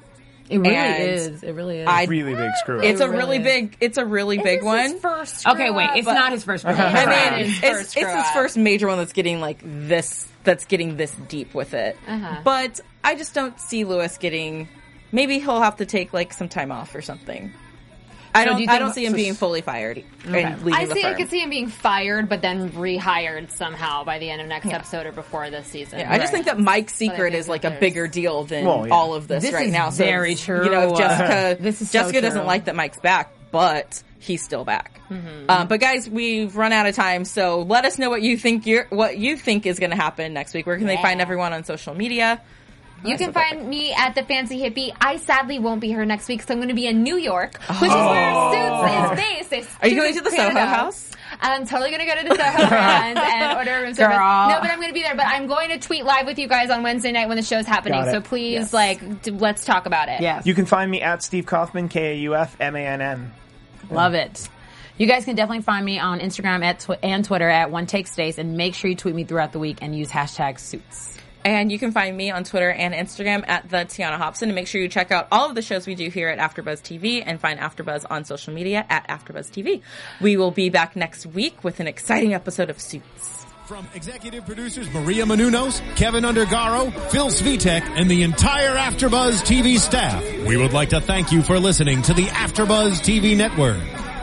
Speaker 2: it really
Speaker 3: and
Speaker 2: is. It really is.
Speaker 3: I-
Speaker 5: Really big screw up.
Speaker 3: It's a really big. It's a really big one.
Speaker 4: First
Speaker 2: okay, wait. It's
Speaker 3: but-
Speaker 2: not his first. rodeo.
Speaker 3: I
Speaker 2: Right.
Speaker 3: mean,
Speaker 4: His
Speaker 3: it's,
Speaker 4: first
Speaker 3: it's his
Speaker 4: screw-up.
Speaker 3: first major one that's getting like this. That's getting this deep with it. But I just don't see Lewis getting. Maybe he'll have to take like some time off or something. I
Speaker 2: So
Speaker 3: don't.
Speaker 2: do you
Speaker 3: I
Speaker 2: think-
Speaker 3: don't see him
Speaker 2: so-
Speaker 3: being fully fired and leaving
Speaker 4: I
Speaker 3: the
Speaker 4: see. I
Speaker 3: firm.
Speaker 4: could see him being fired, but then rehired somehow by the end of next episode or before this season.
Speaker 3: I just think that Mike's secret
Speaker 4: think
Speaker 3: is like
Speaker 4: that
Speaker 3: a bigger deal than
Speaker 5: Well, yeah.
Speaker 3: all of this,
Speaker 2: This
Speaker 3: right
Speaker 2: is
Speaker 3: now. So
Speaker 2: very
Speaker 3: it's-
Speaker 2: true.
Speaker 3: You know, if Jessica.
Speaker 2: This is so
Speaker 3: Jessica doesn't
Speaker 2: true.
Speaker 3: like that Mike's back, but he's still back. Um, but guys, we've run out of time, so let us know what you think. You're, what you think is going to happen next week. Where can they find everyone on social media?
Speaker 8: You can find me at the Fancy Hippie. I sadly won't be here next week, so I'm going to be in New York, which is where Suits is based. It's
Speaker 3: Are you going to
Speaker 8: stupid
Speaker 3: the Soho
Speaker 8: Canada.
Speaker 3: House?
Speaker 8: I'm totally going to go to the Soho House and order a room service.
Speaker 2: Girl.
Speaker 8: No, but I'm going to be there. But I'm going to tweet live with you guys on Wednesday night when the show's happening.
Speaker 5: Got it.
Speaker 8: So please, like, d- let's talk about it.
Speaker 2: Yes.
Speaker 5: You can find me at Steve Kaufman, K A U F M A N N.
Speaker 2: Love it. You guys can definitely find me on Instagram at tw- and Twitter at One Take Stays, and make sure you tweet me throughout the week and use hashtag Suits.
Speaker 3: And you can find me on Twitter and Instagram at the Tiana Hobson. And make sure you check out all of the shows we do here at AfterBuzz TV and find AfterBuzz on social media at AfterBuzz TV. We will be back next week with an exciting episode of Suits.
Speaker 1: From executive producers Maria Manunos, Kevin Undergaro, Phil Svitek, and the entire Afterbuzz TV staff, we would like to thank you for listening to the Afterbuzz TV network.